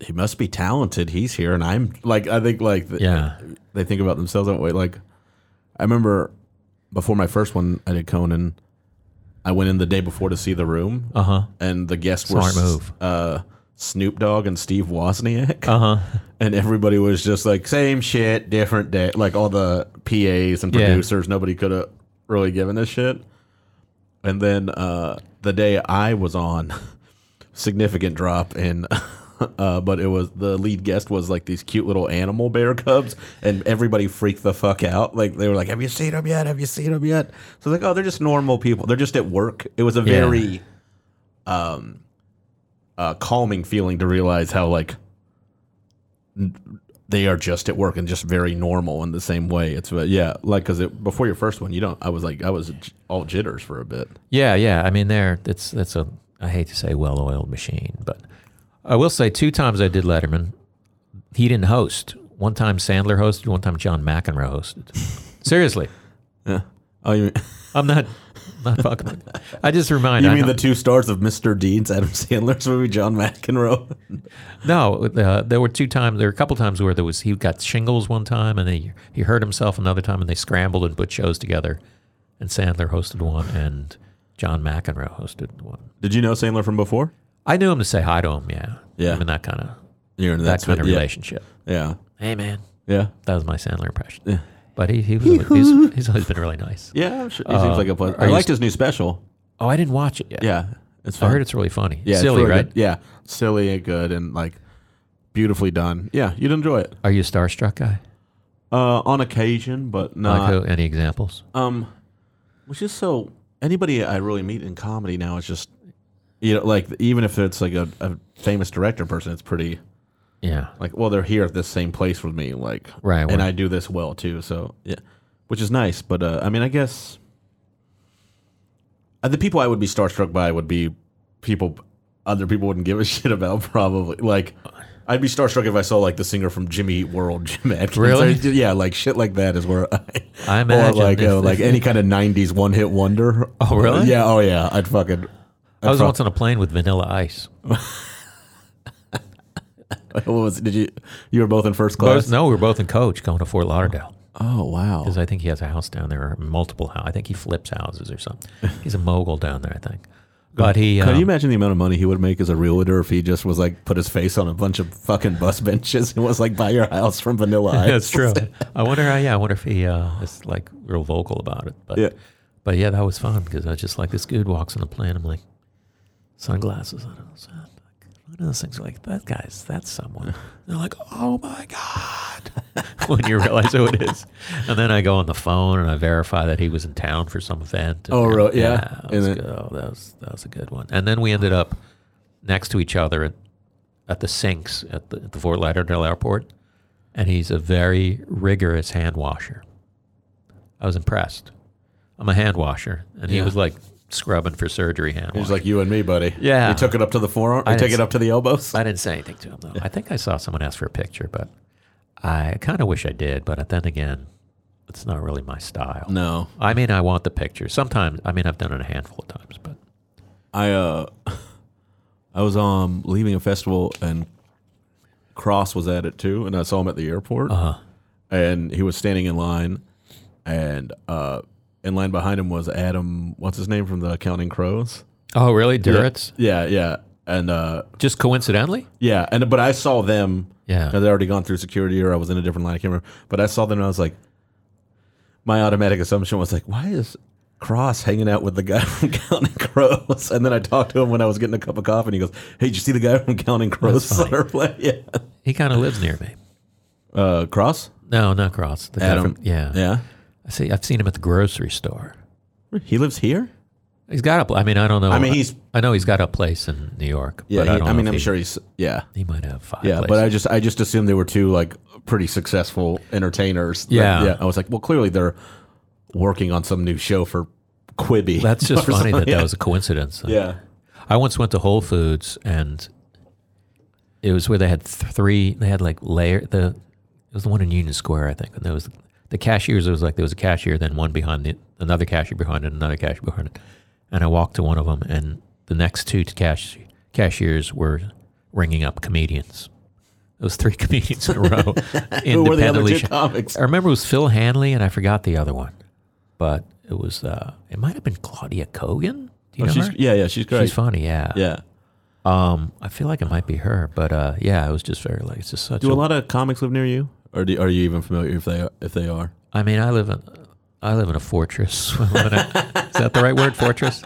Speaker 4: he must be talented. He's here, and I'm like I think like th-
Speaker 3: yeah,
Speaker 4: they think about themselves that way. Like I remember before my first one, I did Conan. I went in the day before to see the room,
Speaker 3: uh huh,
Speaker 4: and the guests were
Speaker 3: Smart
Speaker 4: s-
Speaker 3: move.
Speaker 4: Uh, Snoop Dogg and Steve Wozniak,
Speaker 3: uh huh,
Speaker 4: <laughs> and everybody was just like same shit, different day. Like all the PAs and
Speaker 3: Yeah.
Speaker 4: producers, nobody could have really given a shit. And then uh, the day I was on, significant drop in. <laughs> Uh, but it was the lead guest was like these cute little animal bear cubs, and everybody freaked the fuck out. Like they were like, "Have you seen them yet? Have you seen them yet?" So like, oh, they're just normal people. They're just at work. It was a
Speaker 3: Yeah.
Speaker 4: very um, uh, calming feeling to realize how like n- they are just at work and just very normal in the same way. It's but yeah, like because before your first one, you don't. I was like, I was j- all jitters for a bit.
Speaker 3: yeah, yeah. I mean, there. It's that's a. I hate to say well-oiled machine, but I will say two times I did Letterman. He didn't host. One time Sandler hosted. One time John McEnroe hosted.
Speaker 4: <laughs>
Speaker 3: Seriously,
Speaker 4: Yeah. Oh, you,
Speaker 3: I'm not. Not fucking. with you. I just remind.
Speaker 4: you
Speaker 3: I
Speaker 4: mean
Speaker 3: know-
Speaker 4: the two stars of Mr. Dean's Adam Sandler's movie, John McEnroe?
Speaker 3: No, uh, there were two times. There were a couple times where there was he got shingles one time, and he he hurt himself another time, and they scrambled and put shows together. And Sandler hosted one, and John McEnroe hosted one.
Speaker 4: <laughs> Did you know Sandler from before?
Speaker 3: I knew him to say hi to him. Yeah,
Speaker 4: Yeah.
Speaker 3: I mean that kind of
Speaker 4: You're in
Speaker 3: that kind of
Speaker 4: yeah,
Speaker 3: relationship.
Speaker 4: Yeah,
Speaker 3: Hey man,
Speaker 4: yeah,
Speaker 3: that was my Sandler impression. But he he was
Speaker 4: <laughs>
Speaker 3: always, he's, he's always been really nice.
Speaker 4: yeah. I'm sure. He seems like a pleasant.
Speaker 3: are
Speaker 4: I
Speaker 3: you
Speaker 4: liked his new special.
Speaker 3: Oh, I didn't watch it yet.
Speaker 4: Yeah, it's
Speaker 3: I
Speaker 4: fun.
Speaker 3: heard it's really funny.
Speaker 4: yeah, it's
Speaker 3: silly,
Speaker 4: really
Speaker 3: right?
Speaker 4: good. Yeah, silly and good and like beautifully done. Yeah, you'd enjoy it
Speaker 3: Are you a starstruck guy?
Speaker 4: uh, on occasion, but not.
Speaker 3: like who, any
Speaker 4: Uh,
Speaker 3: examples?
Speaker 4: Um, which is so anybody I really meet in comedy now is just you know, like even if it's like a, a famous director person, it's pretty
Speaker 3: Yeah.
Speaker 4: like well they're here at this same place with me, like
Speaker 3: Right,
Speaker 4: and
Speaker 3: right.
Speaker 4: I do this well too, so yeah, which is nice. But uh, I mean, I guess uh, the people I would be starstruck by would be people other people wouldn't give a <laughs> shit about probably like. I'd be starstruck if I saw like the singer from Jimmy Eat World, <laughs> Jim Atkins.
Speaker 3: Really?
Speaker 4: Yeah, like shit like that is where I,
Speaker 3: I
Speaker 4: <laughs> or
Speaker 3: imagine
Speaker 4: like
Speaker 3: if-
Speaker 4: uh, like any kind of '90s one-hit wonder.
Speaker 3: Oh, really?
Speaker 4: Yeah. Oh, yeah. I'd fucking.
Speaker 3: I was
Speaker 4: prob-
Speaker 3: once on a plane with Vanilla Ice.
Speaker 4: <laughs> What was? Did you? You were both in first class.
Speaker 3: Both, no, we were both in coach going to Fort Lauderdale
Speaker 4: Oh wow.
Speaker 3: because I think he has a house down there, or multiple house. I think he flips houses or
Speaker 4: <laughs>
Speaker 3: something. He's a mogul down there, I think. But he,
Speaker 4: Can
Speaker 3: um, <laughs>
Speaker 4: you imagine the amount of money he would make as a realtor if he just was like put his face on a bunch of fucking bus <laughs> benches and was like buy your house from Vanilla Ice?
Speaker 3: that's true. I wonder. How, yeah, I wonder if he uh, is like real vocal about it. But
Speaker 4: <laughs> Yeah.
Speaker 3: but yeah, that was fun because I was just like this dude walks on the plane. I'm like sunglasses on. I was like, one of those things like that guy's that's someone. they're like, oh my god, <laughs> when you realize who it is. And then I go on the phone and I verify that he was in town for some event.
Speaker 4: Oh, really? Yeah.
Speaker 3: that, was
Speaker 4: And
Speaker 3: good. Oh, that was that was a good one. And then we ended up next to each other at at the sinks at the, at the Fort Lauderdale airport, and he's a very rigorous hand washer. I was impressed. I'm a hand washer, and he
Speaker 4: Yeah.
Speaker 3: was like scrubbing for surgery hand
Speaker 4: He was
Speaker 3: washer.
Speaker 4: like you and me, buddy.
Speaker 3: Yeah.
Speaker 4: You took it up to the forearm.
Speaker 3: I
Speaker 4: You took
Speaker 3: didn't
Speaker 4: it up to the elbows.
Speaker 3: I didn't say anything to him though. I think I saw someone ask for a picture, but I kind of wish I did. But then again, it's not really my style.
Speaker 4: no,
Speaker 3: I mean, I want the picture. Sometimes, I mean, I've done it a handful of times, but
Speaker 4: I uh, <laughs> I was um leaving a festival and Cross was at it too, and I saw him at the airport,
Speaker 3: uh,
Speaker 4: and he was standing in line, and uh, in line behind him was Adam. What's his name from the Counting Crows?
Speaker 3: oh, really, Duritz?
Speaker 4: Yeah, yeah, and uh.
Speaker 3: Just coincidentally?
Speaker 4: Yeah, and but I saw them.
Speaker 3: Yeah.
Speaker 4: they'd already gone through security, or I was in a different line. I can't remember. But I saw them, and I was like, my automatic assumption was like, why is Cross hanging out with the guy <laughs> from Counting Crows? And then I talked to him when I was getting a cup of coffee, and he goes, "Hey, did you see the guy from Counting Crows?"
Speaker 3: That's funny.
Speaker 4: on our play? <laughs> yeah.
Speaker 3: He kind of lives near me.
Speaker 4: Uh, Cross,
Speaker 3: No, not Cross. The guy
Speaker 4: Adam,
Speaker 3: from- yeah.
Speaker 4: yeah.
Speaker 3: I see. I've seen him at the grocery store.
Speaker 4: He lives here.
Speaker 3: He's got a. pl- I mean, I don't know.
Speaker 4: I mean, he's-
Speaker 3: I know he's got a place in New York.
Speaker 4: Yeah,
Speaker 3: but I,
Speaker 4: he-
Speaker 3: don't
Speaker 4: I,
Speaker 3: know
Speaker 4: mean,
Speaker 3: if
Speaker 4: I'm
Speaker 3: he-
Speaker 4: sure he's yeah,
Speaker 3: he might have five.
Speaker 4: yeah.
Speaker 3: places.
Speaker 4: But I just I just assumed they were two like pretty successful entertainers. that-
Speaker 3: Yeah.
Speaker 4: yeah. I was like, well, clearly they're working on some new show for Quibi.
Speaker 3: that's
Speaker 4: <laughs>
Speaker 3: just
Speaker 4: or
Speaker 3: funny that
Speaker 4: something.
Speaker 3: that was a coincidence.
Speaker 4: <laughs> Yeah.
Speaker 3: I once went to Whole Foods and it was where they had th- three. They had like layer the. It was the one in Union Square, I think, and there was the cashiers. It was like there was a cashier, then one behind the another cashier behind it, another cashier behind it, and I walked to one of them, and the next two cash cashiers were ringing up comedians. It was three <laughs> comedians in a row.
Speaker 4: <laughs> Who were the other
Speaker 3: independently
Speaker 4: two
Speaker 3: sh-
Speaker 4: comics?
Speaker 3: I remember it was Phil Hanley, and I forgot the other one, but it was uh, it might have been Claudia Kogan. Do you know
Speaker 4: Oh, she's,
Speaker 3: her?
Speaker 4: yeah, yeah, she's great.
Speaker 3: She's funny, yeah.
Speaker 4: yeah.
Speaker 3: Um, I feel like it might be her, but uh, yeah, it was just very like it's just such.
Speaker 4: Do
Speaker 3: a-
Speaker 4: a lot of comics live near you, or do, are you even familiar if they are, if they are?
Speaker 3: I mean, I live in, I live in a fortress. <laughs> I live in a- is that the right word,
Speaker 4: <laughs>
Speaker 3: fortress?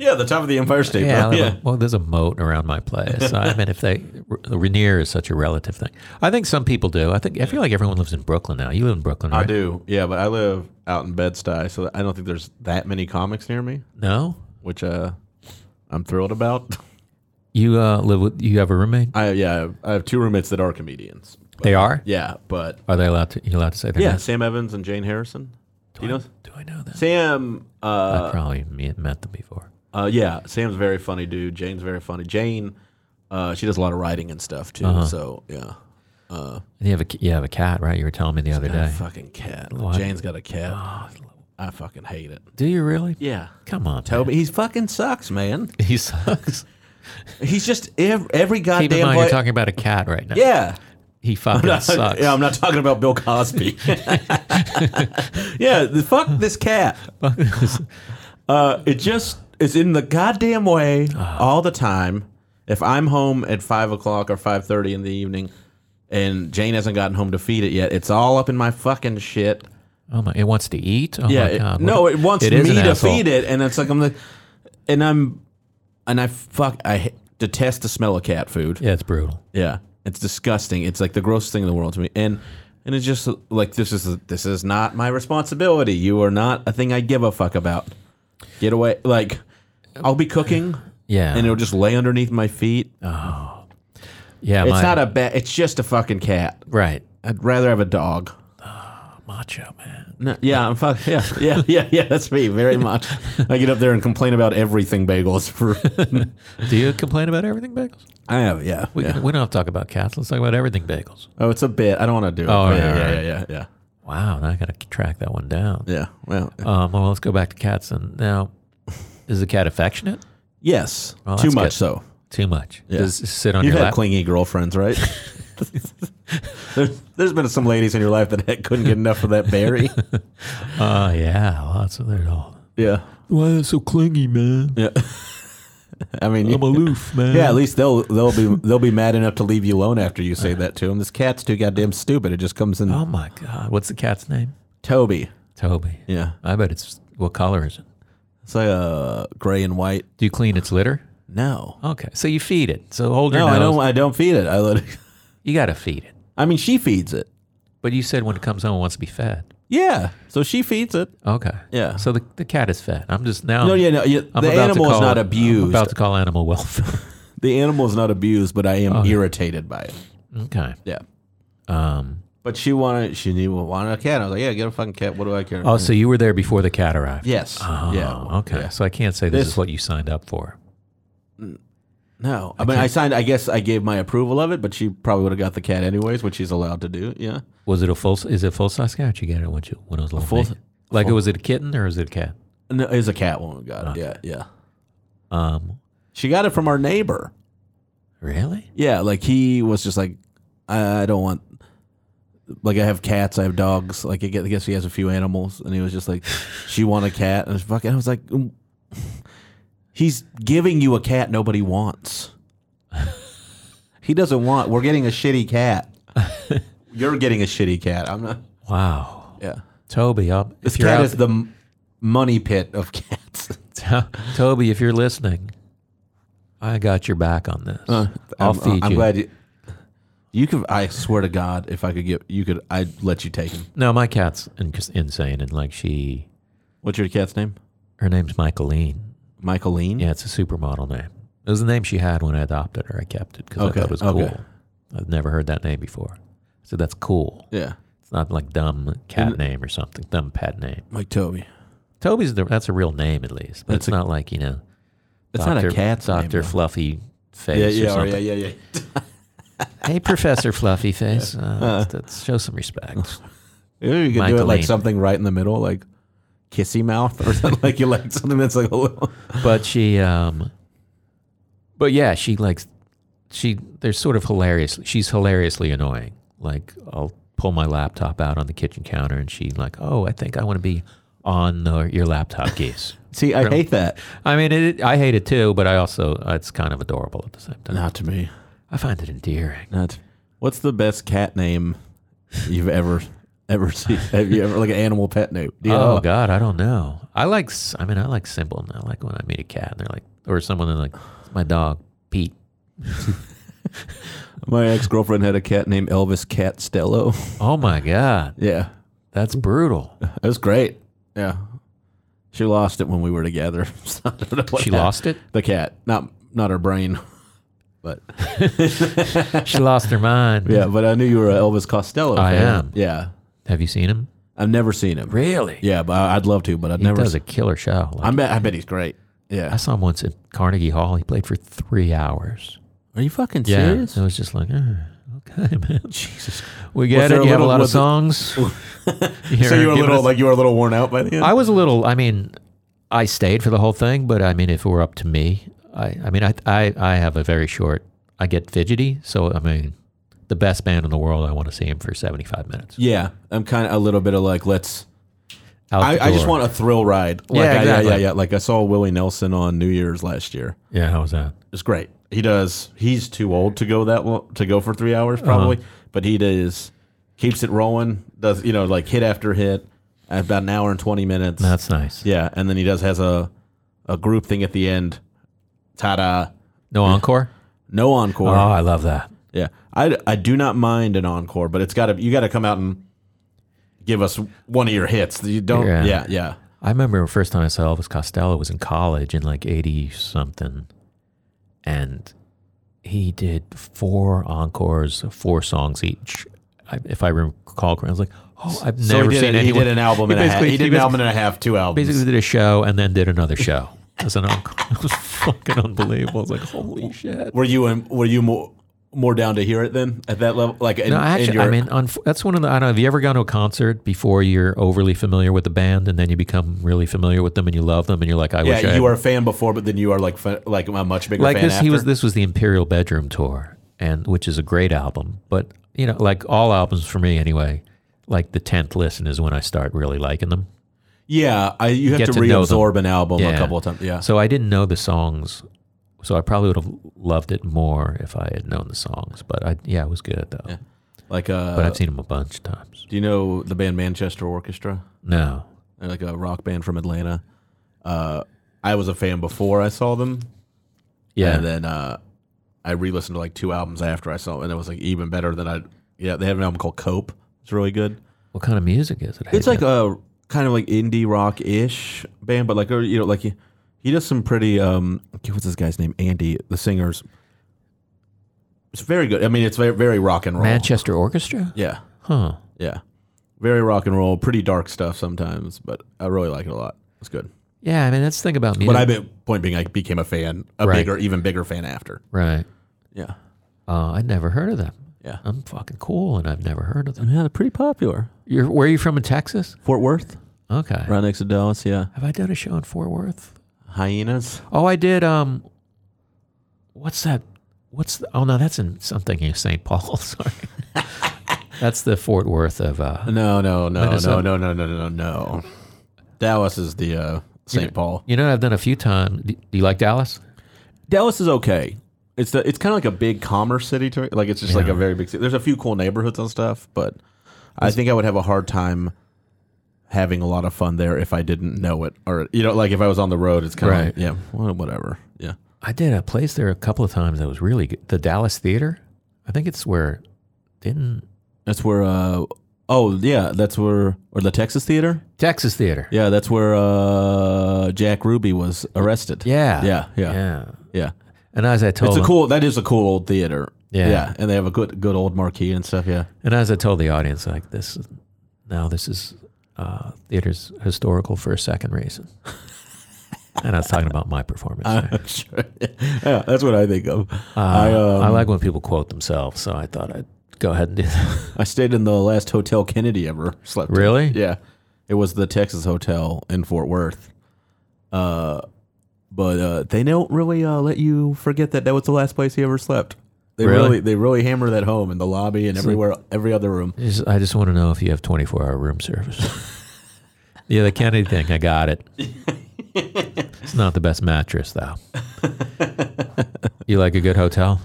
Speaker 4: Yeah, the top of the Empire State.
Speaker 3: Yeah, I
Speaker 4: Building.
Speaker 3: live in- well, there's a moat around my place. I mean, if they r- near is such a relative thing, I think some people do. I think I feel like everyone lives in Brooklyn now. You live in Brooklyn, right?
Speaker 4: I do. Yeah, but I live out in Bed Stuy, so I don't think there's that many comics near me,
Speaker 3: No,
Speaker 4: which uh, I'm thrilled about. <laughs>
Speaker 3: you uh, live with you have a roommate.
Speaker 4: I yeah, I have- I have two roommates that are comedians. but-
Speaker 3: They are.
Speaker 4: Uh, Yeah, but
Speaker 3: Are they allowed to? You allowed to say their
Speaker 4: yeah,
Speaker 3: names?
Speaker 4: Sam Evans and Jane Harrison. Do you know
Speaker 3: Do I know that?
Speaker 4: Sam? Uh,
Speaker 3: I probably me- met them before.
Speaker 4: Uh, yeah, Sam's a very funny dude. Jane's very funny. Jane, uh, she does a lot of writing and stuff too.
Speaker 3: Uh-huh.
Speaker 4: So yeah,
Speaker 3: And you have a c- you have a cat, right? You were telling me the other
Speaker 4: Got a
Speaker 3: day.
Speaker 4: fucking cat.
Speaker 3: What? Oh,
Speaker 4: Jane's got a cat. I fucking hate it.
Speaker 3: Do you really?
Speaker 4: Yeah,
Speaker 3: Come on, man.
Speaker 4: Toby, he fucking sucks, man.
Speaker 3: He sucks.
Speaker 4: He's just every, every goddamn.
Speaker 3: Keep in mind,
Speaker 4: way-
Speaker 3: you're talking about a cat right now.
Speaker 4: yeah.
Speaker 3: He fucking sucks.
Speaker 4: Yeah, I'm not talking about
Speaker 3: <laughs>
Speaker 4: Bill Cosby. <laughs> yeah, the, fuck this cat. uh, it just is in the goddamn way
Speaker 3: Ah.
Speaker 4: all the time. If I'm home at five o'clock or five thirty in the evening, and Jane hasn't gotten home to feed it yet, it's all up in my fucking shit.
Speaker 3: <laughs> oh my! It wants to eat. Oh
Speaker 4: Yeah,
Speaker 3: my
Speaker 4: it-
Speaker 3: god!
Speaker 4: no,
Speaker 3: What-
Speaker 4: it wants
Speaker 3: is
Speaker 4: me
Speaker 3: an
Speaker 4: to
Speaker 3: asshole.
Speaker 4: feed it, and it's like I'm like, and I'm, and I fuck, I h- detest the smell of cat food.
Speaker 3: Yeah, it's brutal.
Speaker 4: Yeah, it's disgusting. It's like the grossest thing in the world to me, and and it's just like this is this is not my responsibility. You are not a thing I give a fuck about. Get away! Like I'll be cooking,
Speaker 3: Yeah.
Speaker 4: and it'll just lay underneath my feet.
Speaker 3: yeah.
Speaker 4: it's
Speaker 3: my-
Speaker 4: not a bat. It's just a fucking cat.
Speaker 3: right.
Speaker 4: I'd rather have a dog.
Speaker 3: Macho man.
Speaker 4: No, yeah, I'm fuck. Yeah, yeah, <laughs> yeah, yeah. That's me very much. I get up there and complain about everything bagels. For <laughs>
Speaker 3: Do you complain about everything bagels?
Speaker 4: I have yeah.
Speaker 3: We,
Speaker 4: yeah.
Speaker 3: can, we don't have to talk about cats. Let's talk about everything bagels.
Speaker 4: Oh, it's a bit. I don't want to do it.
Speaker 3: Oh,
Speaker 4: yeah,
Speaker 3: yeah,
Speaker 4: yeah, yeah,
Speaker 3: alright.
Speaker 4: yeah, yeah,
Speaker 3: Wow. Now I got to track that one down.
Speaker 4: yeah. Well,
Speaker 3: Um, well, let's go back to cats. And now, is the cat affectionate?
Speaker 4: yes,
Speaker 3: Well,
Speaker 4: too
Speaker 3: that's
Speaker 4: much
Speaker 3: good.
Speaker 4: so.
Speaker 3: Too much.
Speaker 4: Yeah.
Speaker 3: Does it sit on
Speaker 4: You've
Speaker 3: your
Speaker 4: had
Speaker 3: lap?
Speaker 4: clingy
Speaker 3: <laughs>
Speaker 4: girlfriends, right? there's, there's been some ladies in your life that had- couldn't get enough of
Speaker 3: <laughs>
Speaker 4: that berry.
Speaker 3: Oh yeah, lots of it all.
Speaker 4: yeah,
Speaker 3: Why are so clingy, man?
Speaker 4: yeah. <laughs> I mean, you-
Speaker 3: aloof, man.
Speaker 4: yeah. At least they'll they'll be they'll be mad enough to leave you alone after you say that to them. This cat's too goddamn stupid. It just comes in.
Speaker 3: Oh my god, what's the cat's name?
Speaker 4: Toby.
Speaker 3: Toby.
Speaker 4: Yeah.
Speaker 3: I bet it's what color is it?
Speaker 4: It's like uh, gray and white.
Speaker 3: Do you clean its litter?
Speaker 4: No.
Speaker 3: Okay, so you feed it. So hold your
Speaker 4: No,
Speaker 3: nose.
Speaker 4: I don't. I don't feed it. I let. It,
Speaker 3: You gotta feed it.
Speaker 4: I mean, she feeds it.
Speaker 3: But you said when it comes home, it wants to be fed.
Speaker 4: Yeah. So she feeds it.
Speaker 3: Okay.
Speaker 4: Yeah.
Speaker 3: So the, the cat is fed. I'm just now.
Speaker 4: no, yeah, no. Yeah,
Speaker 3: Oh. I'm
Speaker 4: the
Speaker 3: about to
Speaker 4: animal is
Speaker 3: call-
Speaker 4: not
Speaker 3: I'm
Speaker 4: abused.
Speaker 3: about to call animal <laughs> welfare.
Speaker 4: the animal is not abused, but I am
Speaker 3: Oh.
Speaker 4: irritated by it.
Speaker 3: okay.
Speaker 4: Yeah.
Speaker 3: Um.
Speaker 4: But she wanted. She knew wanted a cat. I was like, yeah, get a fucking cat. What do I care?
Speaker 3: Oh, so you were there before the cat arrived.
Speaker 4: yes.
Speaker 3: Oh,
Speaker 4: yeah.
Speaker 3: Okay.
Speaker 4: Yeah.
Speaker 3: So I can't say this,
Speaker 4: This-
Speaker 3: is what you signed up for.
Speaker 4: No. I mean, I signed. I guess I gave my approval of it, but she probably would have got the cat anyways, which she's allowed to do. Yeah.
Speaker 3: Was it a full? Is it full size cat? Did You get it when you when it was little.
Speaker 4: full-
Speaker 3: baby? like was it a kitten or was it a cat?
Speaker 4: No, it was a cat when we got it. Yeah. Yeah.
Speaker 3: Um.
Speaker 4: She got it from our neighbor.
Speaker 3: Really?
Speaker 4: Yeah, like he was just like, I, I don't want. Like I have cats, I have dogs. Like I gue- I guess he has a few animals, and he was just like, she want a cat, and I was fucking. I was like, "Mm." he's giving you a cat nobody wants. he doesn't want. We're getting a shitty cat. You're getting a shitty cat. I'm not.
Speaker 3: Wow.
Speaker 4: Yeah,
Speaker 3: Toby, I'll,
Speaker 4: this
Speaker 3: if you're
Speaker 4: cat
Speaker 3: out <laughs>
Speaker 4: is the m- money pit of cats.
Speaker 3: Toby, if you're listening, I got your back on this. <laughs> I'll
Speaker 4: I'm, uh,
Speaker 3: feed
Speaker 4: I'm
Speaker 3: you.
Speaker 4: glad you. You could. I swear to God, if I could get you could, I'd let you take him.
Speaker 3: No, my cat's in, just insane, and like she,
Speaker 4: What's your cat's name?
Speaker 3: her name's
Speaker 4: Hmm.
Speaker 3: Michaeline.
Speaker 4: Michaeline.
Speaker 3: Yeah, it's a supermodel name. It was the name she had when I adopted her. I kept it because
Speaker 4: Okay,
Speaker 3: I thought it was
Speaker 4: okay.
Speaker 3: cool. I've never heard that name before. So that's cool.
Speaker 4: Yeah.
Speaker 3: It's not like dumb cat
Speaker 4: Mm.
Speaker 3: name or something, dumb pet name.
Speaker 4: Like Toby.
Speaker 3: Toby's the, that's a real name at least, but it's not like you know,
Speaker 4: It's not a cat's name,
Speaker 3: Doctor
Speaker 4: though.
Speaker 3: Fluffy Face. or
Speaker 4: Yeah, yeah, or
Speaker 3: something.
Speaker 4: yeah, yeah, yeah.
Speaker 3: Hey, Professor Fluffy Face. Uh, let's- let's show some respect.
Speaker 4: Maybe you could do it like
Speaker 3: Michaeline.
Speaker 4: something right in the middle, like kissy mouth or <laughs> something. like you like something that's like a little. <laughs>
Speaker 3: But she, um, but yeah, she likes, she, they're sort of hilarious. She's hilariously annoying. Like, I'll pull my laptop out on the kitchen counter and she, like, oh, I think I want to be on the, your laptop case.
Speaker 4: See, I hate that.
Speaker 3: I mean, it, I hate it too, but I also, it's kind of adorable at the same time.
Speaker 4: Not to me.
Speaker 3: I find it endearing.
Speaker 4: Not. What's the best cat name you've ever ever seen? <laughs> Have you ever like an animal pet name? Do you
Speaker 3: Oh,
Speaker 4: know?
Speaker 3: God, I don't know. I like, s- I mean, I like simple. And I like when I meet a cat and they're like, or someone they're like, it's my dog, Pete.
Speaker 4: My ex girlfriend had a cat named Elvis Cat <laughs> Stello.
Speaker 3: Oh my God,
Speaker 4: yeah,
Speaker 3: that's brutal.
Speaker 4: it was great. Yeah, she lost it when we were together. <laughs> So I don't know what
Speaker 3: She
Speaker 4: happened.
Speaker 3: lost it.
Speaker 4: the cat, not not her brain, <laughs> but
Speaker 3: She lost her mind.
Speaker 4: Yeah, but I knew you were an Elvis Costello.
Speaker 3: I
Speaker 4: fan.
Speaker 3: am.
Speaker 4: Yeah,
Speaker 3: Have you seen him?
Speaker 4: I've never seen him.
Speaker 3: Really?
Speaker 4: Yeah, but I- I'd love to, but I've
Speaker 3: He
Speaker 4: never.
Speaker 3: does
Speaker 4: Seen,
Speaker 3: a killer show. Like,
Speaker 4: I bet. I bet he's great.
Speaker 3: I
Speaker 4: Yeah.
Speaker 3: saw him once at Carnegie Hall. He played for three hours.
Speaker 4: Are you fucking
Speaker 3: I was just like, "Uh, okay, man. Jesus, we
Speaker 4: Was
Speaker 3: get
Speaker 4: there
Speaker 3: it.
Speaker 4: a
Speaker 3: You have a
Speaker 4: little-
Speaker 3: lot of
Speaker 4: was it- <laughs>
Speaker 3: songs.
Speaker 4: So you were a
Speaker 3: giving
Speaker 4: little
Speaker 3: us-
Speaker 4: like you were a little worn out by the end.
Speaker 3: I was a little. I mean, I stayed for the whole thing, but I mean, if it were up to me, I, I mean, I, I, I have a very short. I get fidgety, so I mean, the best band in the world. I want to see him for seventy-five minutes.
Speaker 4: yeah, I'm kind of a little bit of like let's.
Speaker 3: Out
Speaker 4: I,
Speaker 3: the
Speaker 4: I just
Speaker 3: door.
Speaker 4: want a thrill ride. Like,
Speaker 3: Yeah,
Speaker 4: I-
Speaker 3: exactly.
Speaker 4: yeah, yeah, yeah. Like I saw Willie Nelson on New Year's last year.
Speaker 3: Yeah, how was that?
Speaker 4: It's great. He does. He's too old to go that long, to go for three
Speaker 3: Uh-huh.
Speaker 4: hours probably, but he does keeps it rolling. Does you know like hit after hit, at about an hour and twenty minutes.
Speaker 3: That's nice.
Speaker 4: Yeah, and then he does has a a group thing at the end. Ta da!
Speaker 3: No encore.
Speaker 4: No encore.
Speaker 3: Oh, I love that.
Speaker 4: Yeah, I, I do not mind an encore, but it's got to you got to come out and give us one of your hits. You don't.
Speaker 3: Yeah.
Speaker 4: Yeah, yeah.
Speaker 3: I remember the first time I saw Elvis Costello was in college in like eighty something, and he did four encores, four songs each. I, if I recall correctly, I was like, "Oh, I've
Speaker 4: So
Speaker 3: never
Speaker 4: he did,
Speaker 3: seen
Speaker 4: a- he
Speaker 3: anyone."
Speaker 4: did an
Speaker 3: <laughs>
Speaker 4: album
Speaker 3: He
Speaker 4: and a half.
Speaker 3: basically-
Speaker 4: He
Speaker 3: he
Speaker 4: did an
Speaker 3: basically-
Speaker 4: album and a half, two albums.
Speaker 3: basically did a show and then did another show as an encore. <laughs> It was fucking unbelievable. I was like, "Holy shit!"
Speaker 4: Were you in, were you more more down to hear it then at that level? Like in,
Speaker 3: No,
Speaker 4: in
Speaker 3: actually,
Speaker 4: your,
Speaker 3: I mean, unf- that's one of the. I don't know. Have you ever gone to a concert before you're overly familiar with the band, and then you become really familiar with them, and you love them, and you're like, "I wish." I
Speaker 4: yeah,
Speaker 3: had
Speaker 4: you were a fan before, but then you are like fa- like a much bigger
Speaker 3: like
Speaker 4: fan
Speaker 3: this
Speaker 4: after.
Speaker 3: he was this was the imperial bedroom tour and which is a great album but you know like all albums for me anyway like the 10th listen is when i start really liking them
Speaker 4: yeah, I, you have
Speaker 3: Get
Speaker 4: to,
Speaker 3: to know them.
Speaker 4: reabsorb an album
Speaker 3: Yeah.
Speaker 4: a couple of times. Yeah,
Speaker 3: so i didn't know the songs so i probably would have loved it more if i had known the songs but i yeah it was good though
Speaker 4: Yeah. like uh,
Speaker 3: but i've seen them a bunch of times
Speaker 4: do you know the band Manchester Orchestra?
Speaker 3: no
Speaker 4: They're like a rock band from Atlanta. Uh, I was a fan before I saw them.
Speaker 3: yeah
Speaker 4: and then uh, I re-listened to like two albums after I saw them, and it was like even better than I. Yeah, they have an album called Cope. It's really good.
Speaker 3: what kind of music is it
Speaker 4: It's like
Speaker 3: Hayden?
Speaker 4: a kind of like indie rock ish band, but like uh, you know, like he, he does some pretty. um What's this guy's name? Andy, the singer's. It's very good. I mean, it's very very rock and roll.
Speaker 3: manchester orchestra
Speaker 4: Yeah,
Speaker 3: huh
Speaker 4: yeah, very rock and roll. Pretty dark stuff sometimes, but I really like it a lot. It's good.
Speaker 3: yeah i mean that's the thing about music
Speaker 4: But I be, point being, I became a fan, a
Speaker 3: Right.
Speaker 4: bigger, even bigger fan after.
Speaker 3: right
Speaker 4: Yeah,
Speaker 3: uh, i'd never heard of them
Speaker 4: yeah.
Speaker 3: i'm fucking cool and i've never heard of them
Speaker 4: Yeah, they're pretty popular.
Speaker 3: you're where are you from in texas
Speaker 4: Fort Worth,
Speaker 3: okay
Speaker 4: right next to Dallas. Yeah,
Speaker 3: Have I done a show in Fort Worth?
Speaker 4: hyenas.
Speaker 3: Oh, I did. Um, what's that? What's the, oh no, that's in something in St. Paul. <laughs> Sorry, that's the Fort Worth of uh,
Speaker 4: No, no, no,
Speaker 3: Minnesota.
Speaker 4: no, no, no, no, no, no. Dallas is the uh, St. Paul.
Speaker 3: You know, what I've done a few times. Do, do you like Dallas?
Speaker 4: Dallas is okay. It's the it's kind of like a big commerce city to it. Like it's just like
Speaker 3: Yeah.
Speaker 4: a very big city. There's a few cool neighborhoods and stuff, but I think I would have a hard time having a lot of fun there if I didn't know it or you know like if I was on the road. It's kind of
Speaker 3: Right.
Speaker 4: yeah, well, whatever. Yeah,
Speaker 3: I did a place there a couple of times that was really good. The Dallas Theater. I think it's where didn't
Speaker 4: that's where. uh Oh yeah, that's where or the Texas Theater.
Speaker 3: Texas Theater.
Speaker 4: Yeah, that's where uh, Jack Ruby was arrested.
Speaker 3: Yeah.
Speaker 4: yeah, yeah, yeah.
Speaker 3: Yeah. And as I told
Speaker 4: It's a
Speaker 3: them-
Speaker 4: cool. That is a cool old theater.
Speaker 3: Yeah.
Speaker 4: yeah, and they have a good, good old marquee and stuff. Yeah,
Speaker 3: And as I told the audience, like this, is- now this is uh, theater's historical for a second
Speaker 4: <laughs>
Speaker 3: reason. and I was talking about my performance. Uh, there.
Speaker 4: sure. <laughs> yeah, that's what I think of.
Speaker 3: Uh,
Speaker 4: I, um,
Speaker 3: I like when people quote themselves, so I thought I'd go ahead and do
Speaker 4: <laughs>
Speaker 3: that.
Speaker 4: I stayed in the last hotel Kennedy ever slept. in.
Speaker 3: Really?
Speaker 4: Yeah, it was the Texas Hotel in Fort Worth. Uh, but uh, they don't really uh, let you forget that that was the last place he ever slept. They
Speaker 3: Really?
Speaker 4: really, they really hammer that home in the lobby and everywhere, every other room.
Speaker 3: Just- I just want to know if you have 24 hour room service. <laughs> yeah, the Kennedy thing, I got
Speaker 4: <laughs>
Speaker 3: it. it's not the best mattress, though. you like a good hotel?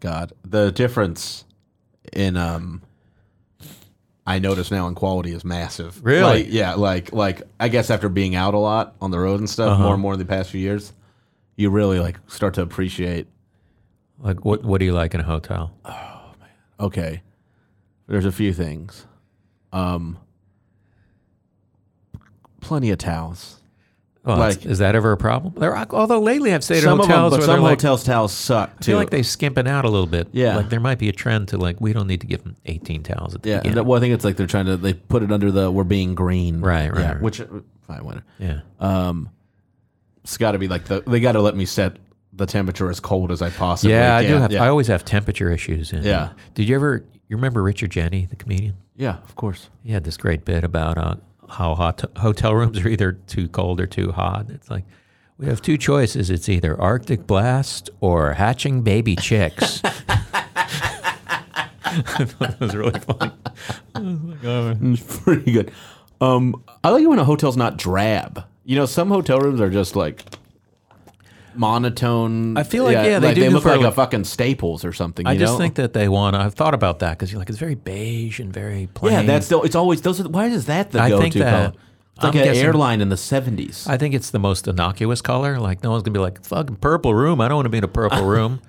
Speaker 4: God, the difference in um, I notice now in quality is massive.
Speaker 3: Really?
Speaker 4: Like, yeah. Like, like I guess after being out a lot on the road and stuff,
Speaker 3: Uh-huh.
Speaker 4: more and more in the past few years, you really like start to appreciate.
Speaker 3: Like, what, what do you like in a hotel?
Speaker 4: Okay, there's a few things. Um, plenty of towels.
Speaker 3: Well, it's-
Speaker 4: Like-
Speaker 3: Oh, is that ever a problem? There, are- although lately I've stayed
Speaker 4: Some
Speaker 3: at
Speaker 4: of them,
Speaker 3: hotels
Speaker 4: but
Speaker 3: where
Speaker 4: some
Speaker 3: they're like,
Speaker 4: hotels towels suck
Speaker 3: I
Speaker 4: too.
Speaker 3: feel like they're skimping out a little bit.
Speaker 4: Yeah.
Speaker 3: like there might be a trend to like we don't need to give them 18 towels at the
Speaker 4: yeah. and
Speaker 3: beginning.
Speaker 4: that- well, I think it's like they're trying to they put it under the we're being green.
Speaker 3: Right, right,
Speaker 4: Yeah,
Speaker 3: right.
Speaker 4: Which uh, fine, whatever.
Speaker 3: yeah,
Speaker 4: um, it's got to be like the they got to let me set the temperature as cold as I possibly
Speaker 3: yeah. I
Speaker 4: can.
Speaker 3: do have.
Speaker 4: yeah.
Speaker 3: I always have temperature issues. In, uh,
Speaker 4: Yeah.
Speaker 3: Did you ever? You remember Richard Jenny, the comedian?
Speaker 4: yeah, of course. <laughs>
Speaker 3: He had this great bit about uh, how hot hotel rooms are either too cold or too hot. It's like we have two choices. It's either Arctic blast or hatching baby chicks. <laughs> I thought that was really funny.
Speaker 4: It's pretty good. Um, I like it when a hotel's not drab. You know, some hotel rooms are just like monotone.
Speaker 3: I feel like, yeah, they do
Speaker 4: they
Speaker 3: do
Speaker 4: look
Speaker 3: for,
Speaker 4: like a
Speaker 3: like-
Speaker 4: fucking Staples or something.
Speaker 3: I
Speaker 4: you
Speaker 3: just
Speaker 4: know?
Speaker 3: think that they want. I've thought about that because you're like it's very beige and very plain.
Speaker 4: yeah, that's the, it's always those. Are, why is that the
Speaker 3: I
Speaker 4: go-to
Speaker 3: think that-
Speaker 4: color? It's like
Speaker 3: I'm
Speaker 4: an
Speaker 3: guessing-
Speaker 4: airline in the seventies.
Speaker 3: I think it's the most innocuous color. Like no one's gonna be like fucking purple room. I don't want to be in a
Speaker 4: <laughs>
Speaker 3: purple room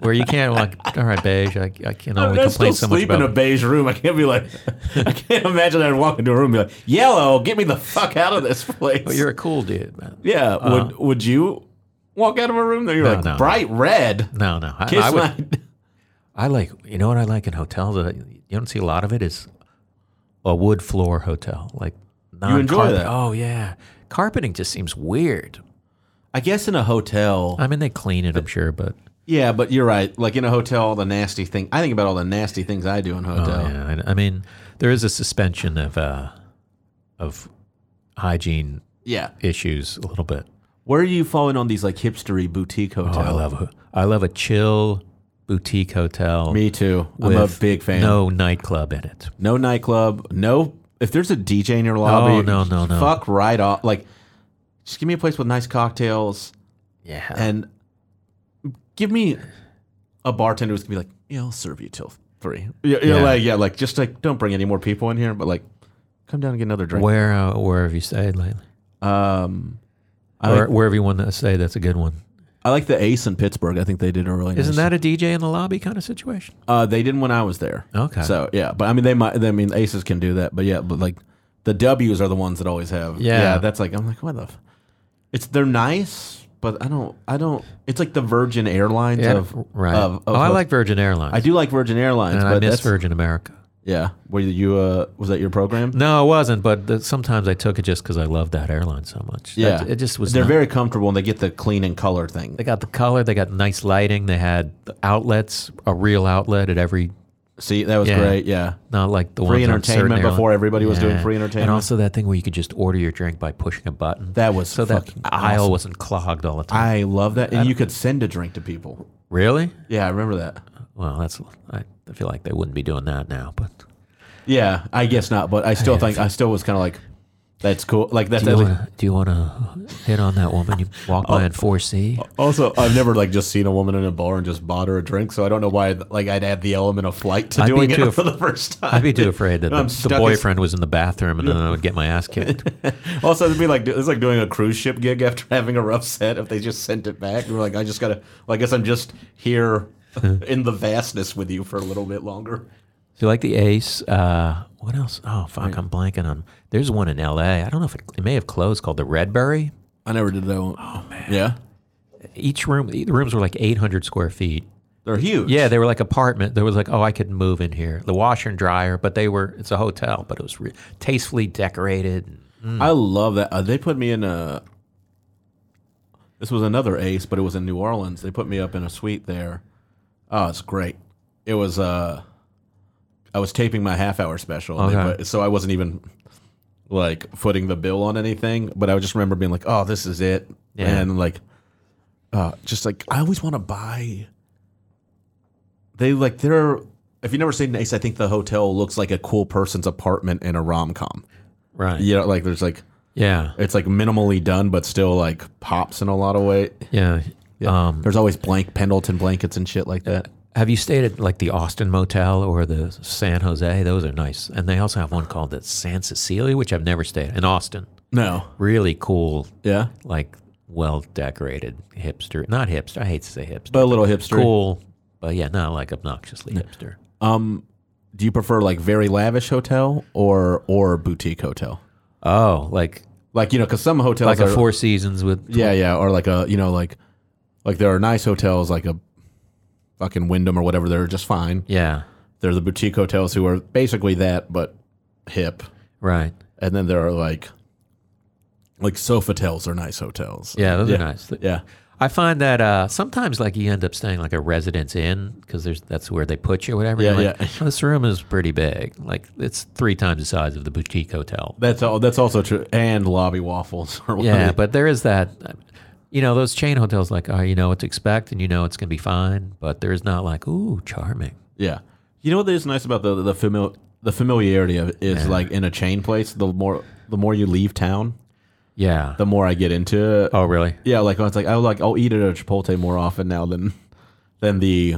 Speaker 3: where you can't like all right beige. I, I can only complain so much
Speaker 4: sleep in a
Speaker 3: about.
Speaker 4: beige room. I can't be like, <laughs> I can't imagine I'd walk into a room and be like,
Speaker 3: <laughs>
Speaker 4: yellow, get me the fuck out of this place. Uh-huh.
Speaker 3: But you're a cool dude, man.
Speaker 4: Yeah. would would you walk out of a room there. You're
Speaker 3: No,
Speaker 4: like
Speaker 3: no, no.
Speaker 4: bright red.
Speaker 3: No, no. I,
Speaker 4: Kiss
Speaker 3: I, would,
Speaker 4: my.
Speaker 3: I like, you know what I like in hotels? That you don't see a lot of it is a wood floor hotel. Like, non
Speaker 4: enjoy that.
Speaker 3: Oh, yeah. Carpeting just seems weird.
Speaker 4: I guess in a hotel.
Speaker 3: I mean, they clean it, I'm sure, but
Speaker 4: Yeah, but you're right. Like in a hotel, all the nasty thing. I think about all the nasty things I do in a
Speaker 3: oh,
Speaker 4: hotel.
Speaker 3: yeah. I, I mean, there is a suspension of uh, of hygiene
Speaker 4: yeah.
Speaker 3: issues a little bit.
Speaker 4: Where are you falling on these like hipstery boutique hotels?
Speaker 3: Oh, I love a, I love a chill boutique hotel.
Speaker 4: Me too. I'm a
Speaker 3: with
Speaker 4: big fan.
Speaker 3: No nightclub in it.
Speaker 4: No nightclub. No. If there's a DJ in your lobby,
Speaker 3: no, no, no.
Speaker 4: Fuck right off. Like, just give me a place with nice cocktails
Speaker 3: Yeah.
Speaker 4: and give me a bartender who's gonna be like, yeah, I'll serve you till three. Yeah, yeah,
Speaker 3: Yeah.
Speaker 4: like yeah, like just like don't bring any more people in here, but like, come down and get another drink.
Speaker 3: Where uh, where have you stayed lately?
Speaker 4: Um, I
Speaker 3: Where,
Speaker 4: like,
Speaker 3: where have you won that stay? That's a good one.
Speaker 4: I like the Ace in Pittsburgh. I think they did a really.
Speaker 3: Isn't
Speaker 4: nice
Speaker 3: that a DJ in the lobby kind of situation?
Speaker 4: Uh, they didn't when I was there.
Speaker 3: Okay.
Speaker 4: So yeah, but I mean they might. I mean aces can do that, but yeah, but like the W's are the ones that always have.
Speaker 3: Yeah.
Speaker 4: that's like I'm like what the. F-? It's they're nice, but I don't. I don't. It's like the Virgin Airlines of
Speaker 3: right.
Speaker 4: Of, of
Speaker 3: oh, I like Virgin Airlines.
Speaker 4: I do like Virgin Airlines,
Speaker 3: and
Speaker 4: but
Speaker 3: I miss
Speaker 4: that's
Speaker 3: Virgin America.
Speaker 4: yeah. Were you? Uh, was that your program?
Speaker 3: No, it wasn't. But the, sometimes I took it just because I loved that airline so much.
Speaker 4: Yeah,
Speaker 3: That- it just was.
Speaker 4: They're
Speaker 3: ni-
Speaker 4: very comfortable, and they get the clean and color thing.
Speaker 3: They got the color. They got nice lighting. They had outlets, a real outlet at every,
Speaker 4: See, that was
Speaker 3: Yeah.
Speaker 4: great. Yeah.
Speaker 3: not like the
Speaker 4: Free
Speaker 3: ones on certain
Speaker 4: entertainment
Speaker 3: airlines.
Speaker 4: before everybody was doing free entertainment.
Speaker 3: and also that thing where you could just order your drink by pushing a button.
Speaker 4: That was
Speaker 3: so that
Speaker 4: fucking
Speaker 3: aisle
Speaker 4: awesome.
Speaker 3: wasn't clogged all the time.
Speaker 4: I love that, and you could send a drink to people.
Speaker 3: really?
Speaker 4: Yeah, I remember that.
Speaker 3: Well, that's. I I feel like they wouldn't be doing that now, but.
Speaker 4: Yeah, I guess not, but I still think I still was kind of like, that's cool. Like that's Oh.
Speaker 3: Do you, wanna, do you wanna hit on that woman you walked by in 4C?
Speaker 4: also I've never like just seen a woman in a bar and just bought her a drink, so I don't know why like I'd add the element of flight to
Speaker 3: I'd be
Speaker 4: doing it
Speaker 3: too af-
Speaker 4: <laughs> for the first time.
Speaker 3: I'd be too afraid that the,
Speaker 4: I'm
Speaker 3: the
Speaker 4: stuck as-
Speaker 3: boyfriend was in the bathroom and then I would get my ass kicked.
Speaker 4: Also, it'd be like it's like doing a cruise ship gig after <laughs> having a rough set if they just sent it back. You're like, I just gotta. Well, I guess I'm just here in the vastness with you for a little bit longer.
Speaker 3: So like the Ace. Uh, what else? Oh fuck, I'm blanking on. There's one in L.A. I don't know if it, it may have closed called the Redberry.
Speaker 4: I never did that one. Oh man. Yeah,
Speaker 3: Each room, e, the rooms were like 800 square feet.
Speaker 4: they're huge.
Speaker 3: Yeah, they were like apartment. There was like, oh, I could move in here. The washer and dryer, but they were. It's a hotel, but it was re- tastefully decorated.
Speaker 4: I love that. Uh, they put me in a. This was another ace, but it was in New Orleans. They put me up in a suite there. Oh, it's great. It was. Uh, I was taping my half hour special, and they
Speaker 3: Okay.
Speaker 4: put- so I wasn't even like footing the bill on anything. But I just remember being like, "Oh, this is it,"
Speaker 3: Yeah.
Speaker 4: and like, uh, just like I always want to buy. They like they're. If you've never seen an ace, I think the hotel looks like a cool person's apartment in a rom com.
Speaker 3: Right.
Speaker 4: You know, like there's like
Speaker 3: Yeah.
Speaker 4: it's like minimally done, but still like pops in a lot of weight.
Speaker 3: Yeah. Um,
Speaker 4: There's always blank Pendleton blankets and shit like that.
Speaker 3: have you stayed at like the Austin Motel or the San Jose? Those are nice, and they also have one called the San Cecilia, which I've never stayed at, in Austin.
Speaker 4: No.
Speaker 3: Really cool
Speaker 4: Yeah.
Speaker 3: like well decorated hipster. Not hipster. I hate to say hipster.
Speaker 4: But a little hipster.
Speaker 3: cool, but yeah, not like obnoxiously hipster.
Speaker 4: Um, do you prefer like very lavish hotel or or boutique hotel?
Speaker 3: Oh, like
Speaker 4: Like you know, because some hotels
Speaker 3: like a
Speaker 4: are
Speaker 3: Four Seasons with
Speaker 4: yeah yeah or like a you know like like there are nice hotels like a fucking Wyndham or whatever they're just fine.
Speaker 3: yeah,
Speaker 4: There are the boutique hotels who are basically that but hip,
Speaker 3: right,
Speaker 4: and then there are like like Sofotels are nice hotels.
Speaker 3: yeah, those
Speaker 4: yeah.
Speaker 3: are nice.
Speaker 4: Yeah.
Speaker 3: I find that uh, sometimes like you end up staying like a residence inn because there's that's where they put you, or whatever.
Speaker 4: Yeah,
Speaker 3: You're like,
Speaker 4: yeah.
Speaker 3: "Oh, this room is pretty big. Like it's three times the size of the boutique hotel.
Speaker 4: That's all. That's also true. And lobby waffles. <laughs> Or
Speaker 3: Yeah,
Speaker 4: whatever.
Speaker 3: but there is that. You know, those chain hotels, like, oh, you know what to expect and you know it's going to be fine, but there's not like, ooh, charming.
Speaker 4: yeah. You know what is nice about the the famil- the familiarity of it is like in a chain place. The more the more you leave town,
Speaker 3: Yeah.
Speaker 4: the more I get into it.
Speaker 3: oh, really?
Speaker 4: Yeah, like it's like I like I'll eat at a Chipotle more often now than than the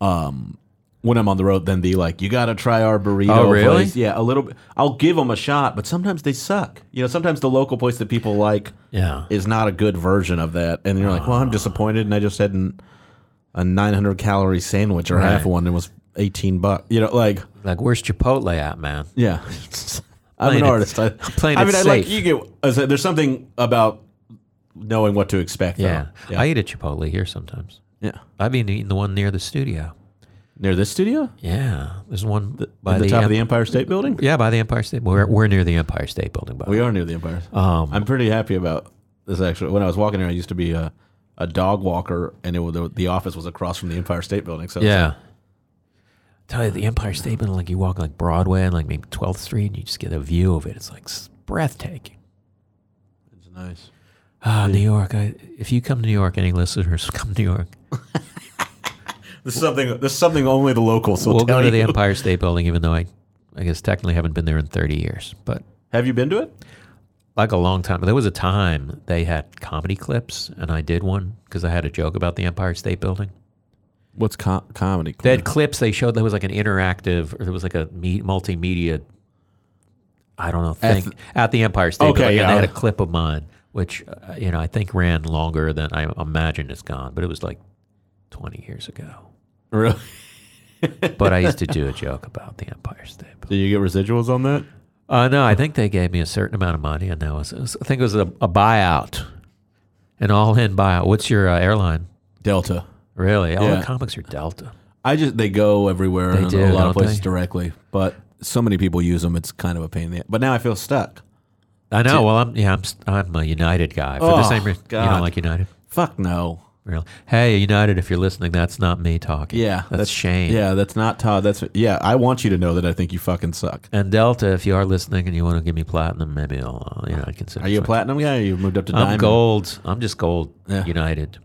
Speaker 4: um when I'm on the road than the like you gotta try our burrito.
Speaker 3: Oh, really?
Speaker 4: Place. Yeah, a little. bit. I'll give them a shot, but sometimes they suck. You know, sometimes the local place that people like.
Speaker 3: Yeah.
Speaker 4: is not a good version of that. And you're like, well, I'm disappointed, and I just had an, a 900 calorie sandwich or half
Speaker 3: Right.
Speaker 4: one, and it was 18 bucks. You know, like,
Speaker 3: Like, where's Chipotle at, man?
Speaker 4: yeah, <laughs> I'm
Speaker 3: Playing
Speaker 4: an
Speaker 3: it-
Speaker 4: artist. I,
Speaker 3: playing
Speaker 4: I
Speaker 3: it
Speaker 4: mean, I like
Speaker 3: safe.
Speaker 4: you get. I said, There's something about knowing what to expect. though.
Speaker 3: Yeah.
Speaker 4: yeah.
Speaker 3: I eat at Chipotle here sometimes.
Speaker 4: Yeah.
Speaker 3: I've been eating the one near the studio.
Speaker 4: Near this studio,
Speaker 3: Yeah, there's one by
Speaker 4: by the, top of
Speaker 3: Em-
Speaker 4: the Empire State Building.
Speaker 3: Yeah, by the Empire State. We're, we're near the Empire State Building, by the
Speaker 4: We are near the Empire.
Speaker 3: way. Um,
Speaker 4: I'm pretty happy about this. Actually, when I was walking here, I used to be a, a dog walker, and it was, the, the office was across from the Empire State Building. So it's like,
Speaker 3: yeah. Tell you the Empire State Building, like you walk like Broadway and like maybe 12th Street, and you just get a view of it. It's like s- breathtaking.
Speaker 4: it's nice.
Speaker 3: Ah, New York. I, if you come to New York, any listeners <laughs> come to New York,
Speaker 4: This is something. This is something only the locals will
Speaker 3: we'll
Speaker 4: tell
Speaker 3: go to the
Speaker 4: you.
Speaker 3: Empire State Building, even though I, I guess technically haven't been there in 30 years, but
Speaker 4: Have you been to it?
Speaker 3: like a long time. There was a time they had comedy clips, and I did one because I had a joke about the Empire State Building.
Speaker 4: What's com- comedy?
Speaker 3: They had clips they showed. There was like an interactive, or there was like a me- multimedia. I don't know
Speaker 4: At
Speaker 3: thing at the Empire State
Speaker 4: Okay,
Speaker 3: Building, and
Speaker 4: yeah.
Speaker 3: they had a clip of mine, which uh, you know I think ran longer than I imagine it's gone, but it was like twenty years ago.
Speaker 4: <laughs> Really?
Speaker 3: But I used to do a joke about the Empire State. Building.
Speaker 4: Did you get residuals on that?
Speaker 3: Uh, no, I think they gave me a certain amount of money, and that was, it was- I think it was a, a buyout, an all-in buyout. What's your uh, airline?
Speaker 4: Delta.
Speaker 3: Really, all
Speaker 4: Yeah.
Speaker 3: the comics are Delta.
Speaker 4: I just they go everywhere
Speaker 3: They
Speaker 4: and
Speaker 3: do,
Speaker 4: a lot
Speaker 3: don't
Speaker 4: of places
Speaker 3: they?
Speaker 4: directly, but so many people use them. It's kind of a pain in the. But now I feel stuck.
Speaker 3: I know. Well, I'm yeah, I'm s- I'm a United guy for
Speaker 4: Oh,
Speaker 3: the same reason. You
Speaker 4: God.
Speaker 3: don't like United.
Speaker 4: Fuck no.
Speaker 3: Really? Hey, United, if you're listening, that's not me talking.
Speaker 4: Yeah,
Speaker 3: That's, Shane.
Speaker 4: Yeah, that's not Todd. That's yeah. I want you to know that I think you fucking suck.
Speaker 3: And Delta, if you are listening and you want to give me platinum, maybe I'll, uh, you know, I consider.
Speaker 4: Are you a
Speaker 3: something.
Speaker 4: platinum guy? Or you moved up to
Speaker 3: I'm
Speaker 4: diamond.
Speaker 3: gold. I'm just gold.
Speaker 4: Yeah.
Speaker 3: United.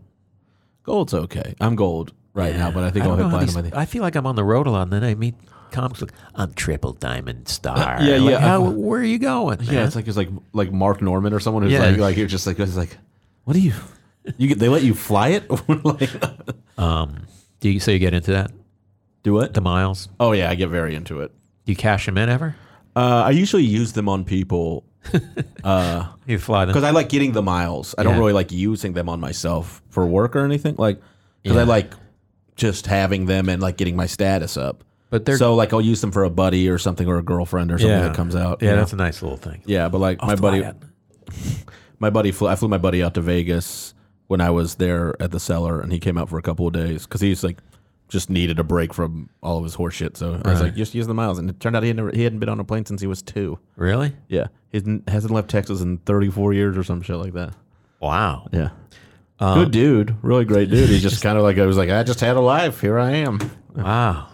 Speaker 4: Gold's okay. I'm gold right now, but I think
Speaker 3: I,
Speaker 4: I'll
Speaker 3: don't
Speaker 4: hit
Speaker 3: know how
Speaker 4: platinum.
Speaker 3: these-
Speaker 4: I think.
Speaker 3: I feel like I'm on the road a lot. And then I meet comics like I'm triple diamond star.
Speaker 4: Uh, yeah,
Speaker 3: Like,
Speaker 4: yeah.
Speaker 3: How, where are you going?
Speaker 4: yeah, it's like it's like like Mark Norman or someone who's
Speaker 3: Yeah.
Speaker 4: like like you're just like it's like, what do you? You get, they let you fly it? <laughs> like,
Speaker 3: um, do you so you get into that
Speaker 4: do what?
Speaker 3: the miles?
Speaker 4: Oh yeah, I get very into it.
Speaker 3: Do you cash them in ever?
Speaker 4: Uh, I usually use them on people
Speaker 3: You fly them.
Speaker 4: because I like getting the miles. I don't
Speaker 3: Yeah.
Speaker 4: really like using them on myself for work or anything. Like because
Speaker 3: Yeah.
Speaker 4: I like just having them and like getting my status up.
Speaker 3: But they're <laughs>
Speaker 4: so like I'll use them for a buddy or something or a girlfriend or something
Speaker 3: Yeah.
Speaker 4: that comes out.
Speaker 3: yeah,
Speaker 4: you know?
Speaker 3: that's a nice little thing.
Speaker 4: yeah. But like my
Speaker 3: I'll fly
Speaker 4: buddy,
Speaker 3: it.
Speaker 4: my buddy flew. I flew my buddy out to Vegas when I was there at the cellar, and he came out for a couple of days because he's like just needed a break from all of his horseshit. So I was
Speaker 3: Right.
Speaker 4: like, just use the miles, and it turned out he had never, he hadn't been on a plane since he was two.
Speaker 3: Really?
Speaker 4: Yeah, he hasn't left Texas in 34 years or some shit like that.
Speaker 3: Wow.
Speaker 4: Yeah. Um, Good dude, really great dude. He's <laughs> just kind of like I was like, I just had a life. Here I am. <laughs>
Speaker 3: Wow.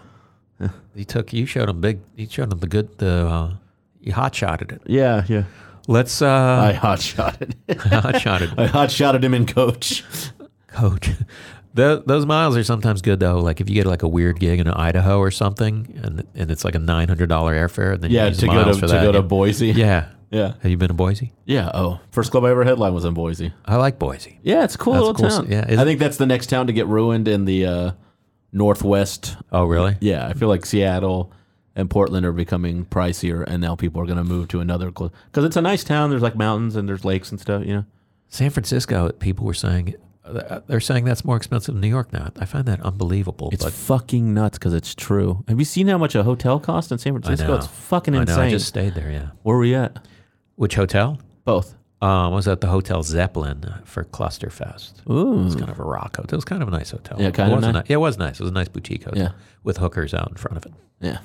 Speaker 3: he took you showed him big you showed him the good the uh you hot shotted it.
Speaker 4: Yeah, yeah. Um,
Speaker 3: Let's
Speaker 4: I
Speaker 3: uh
Speaker 4: hot <laughs> shotted.
Speaker 3: <laughs> hot shotted
Speaker 4: I hot shotted him in coach.
Speaker 3: coach. <laughs> Tho- Those miles are sometimes good though. Like if you get like a weird gig in Idaho or something, and and it's like a nine hundred dollar airfare, and then you
Speaker 4: Yeah,
Speaker 3: use
Speaker 4: to go
Speaker 3: miles
Speaker 4: to,
Speaker 3: for
Speaker 4: to
Speaker 3: that.
Speaker 4: go to Boise.
Speaker 3: yeah. yeah,
Speaker 4: yeah,
Speaker 3: Have you been to Boise?
Speaker 4: yeah. Oh, first club I ever headline was in Boise.
Speaker 3: I like Boise.
Speaker 4: Yeah, it's a cool
Speaker 3: That's
Speaker 4: little
Speaker 3: cool.
Speaker 4: town.
Speaker 3: Yeah, is
Speaker 4: I
Speaker 3: it-
Speaker 4: think that's the next town to get ruined in the uh, northwest.
Speaker 3: Oh really?
Speaker 4: Yeah, I feel like Seattle and Portland are becoming pricier, and now people are going to move to another because it's a nice town. There's like mountains and there's lakes and stuff. You know.
Speaker 3: San Francisco. People were saying uh, they're saying that's more expensive than New York now. I find that unbelievable.
Speaker 4: It's
Speaker 3: but
Speaker 4: fucking nuts because it's true. Have you seen how much a hotel costs in San Francisco? It's fucking
Speaker 3: I know.
Speaker 4: insane.
Speaker 3: I just stayed there. Yeah.
Speaker 4: Where we at?
Speaker 3: Which hotel?
Speaker 4: Both.
Speaker 3: Um, I was at the Hotel Zeppelin uh, for Clusterfest.
Speaker 4: Ooh.
Speaker 3: It's kind of a rock hotel. It was kind of a nice hotel.
Speaker 4: Hmm. Yeah, kind
Speaker 3: it
Speaker 4: of
Speaker 3: was a
Speaker 4: nice.
Speaker 3: ni- yeah, it was nice. It was a nice boutique hotel
Speaker 4: Yeah.
Speaker 3: with hookers out in front of it.
Speaker 4: Yeah.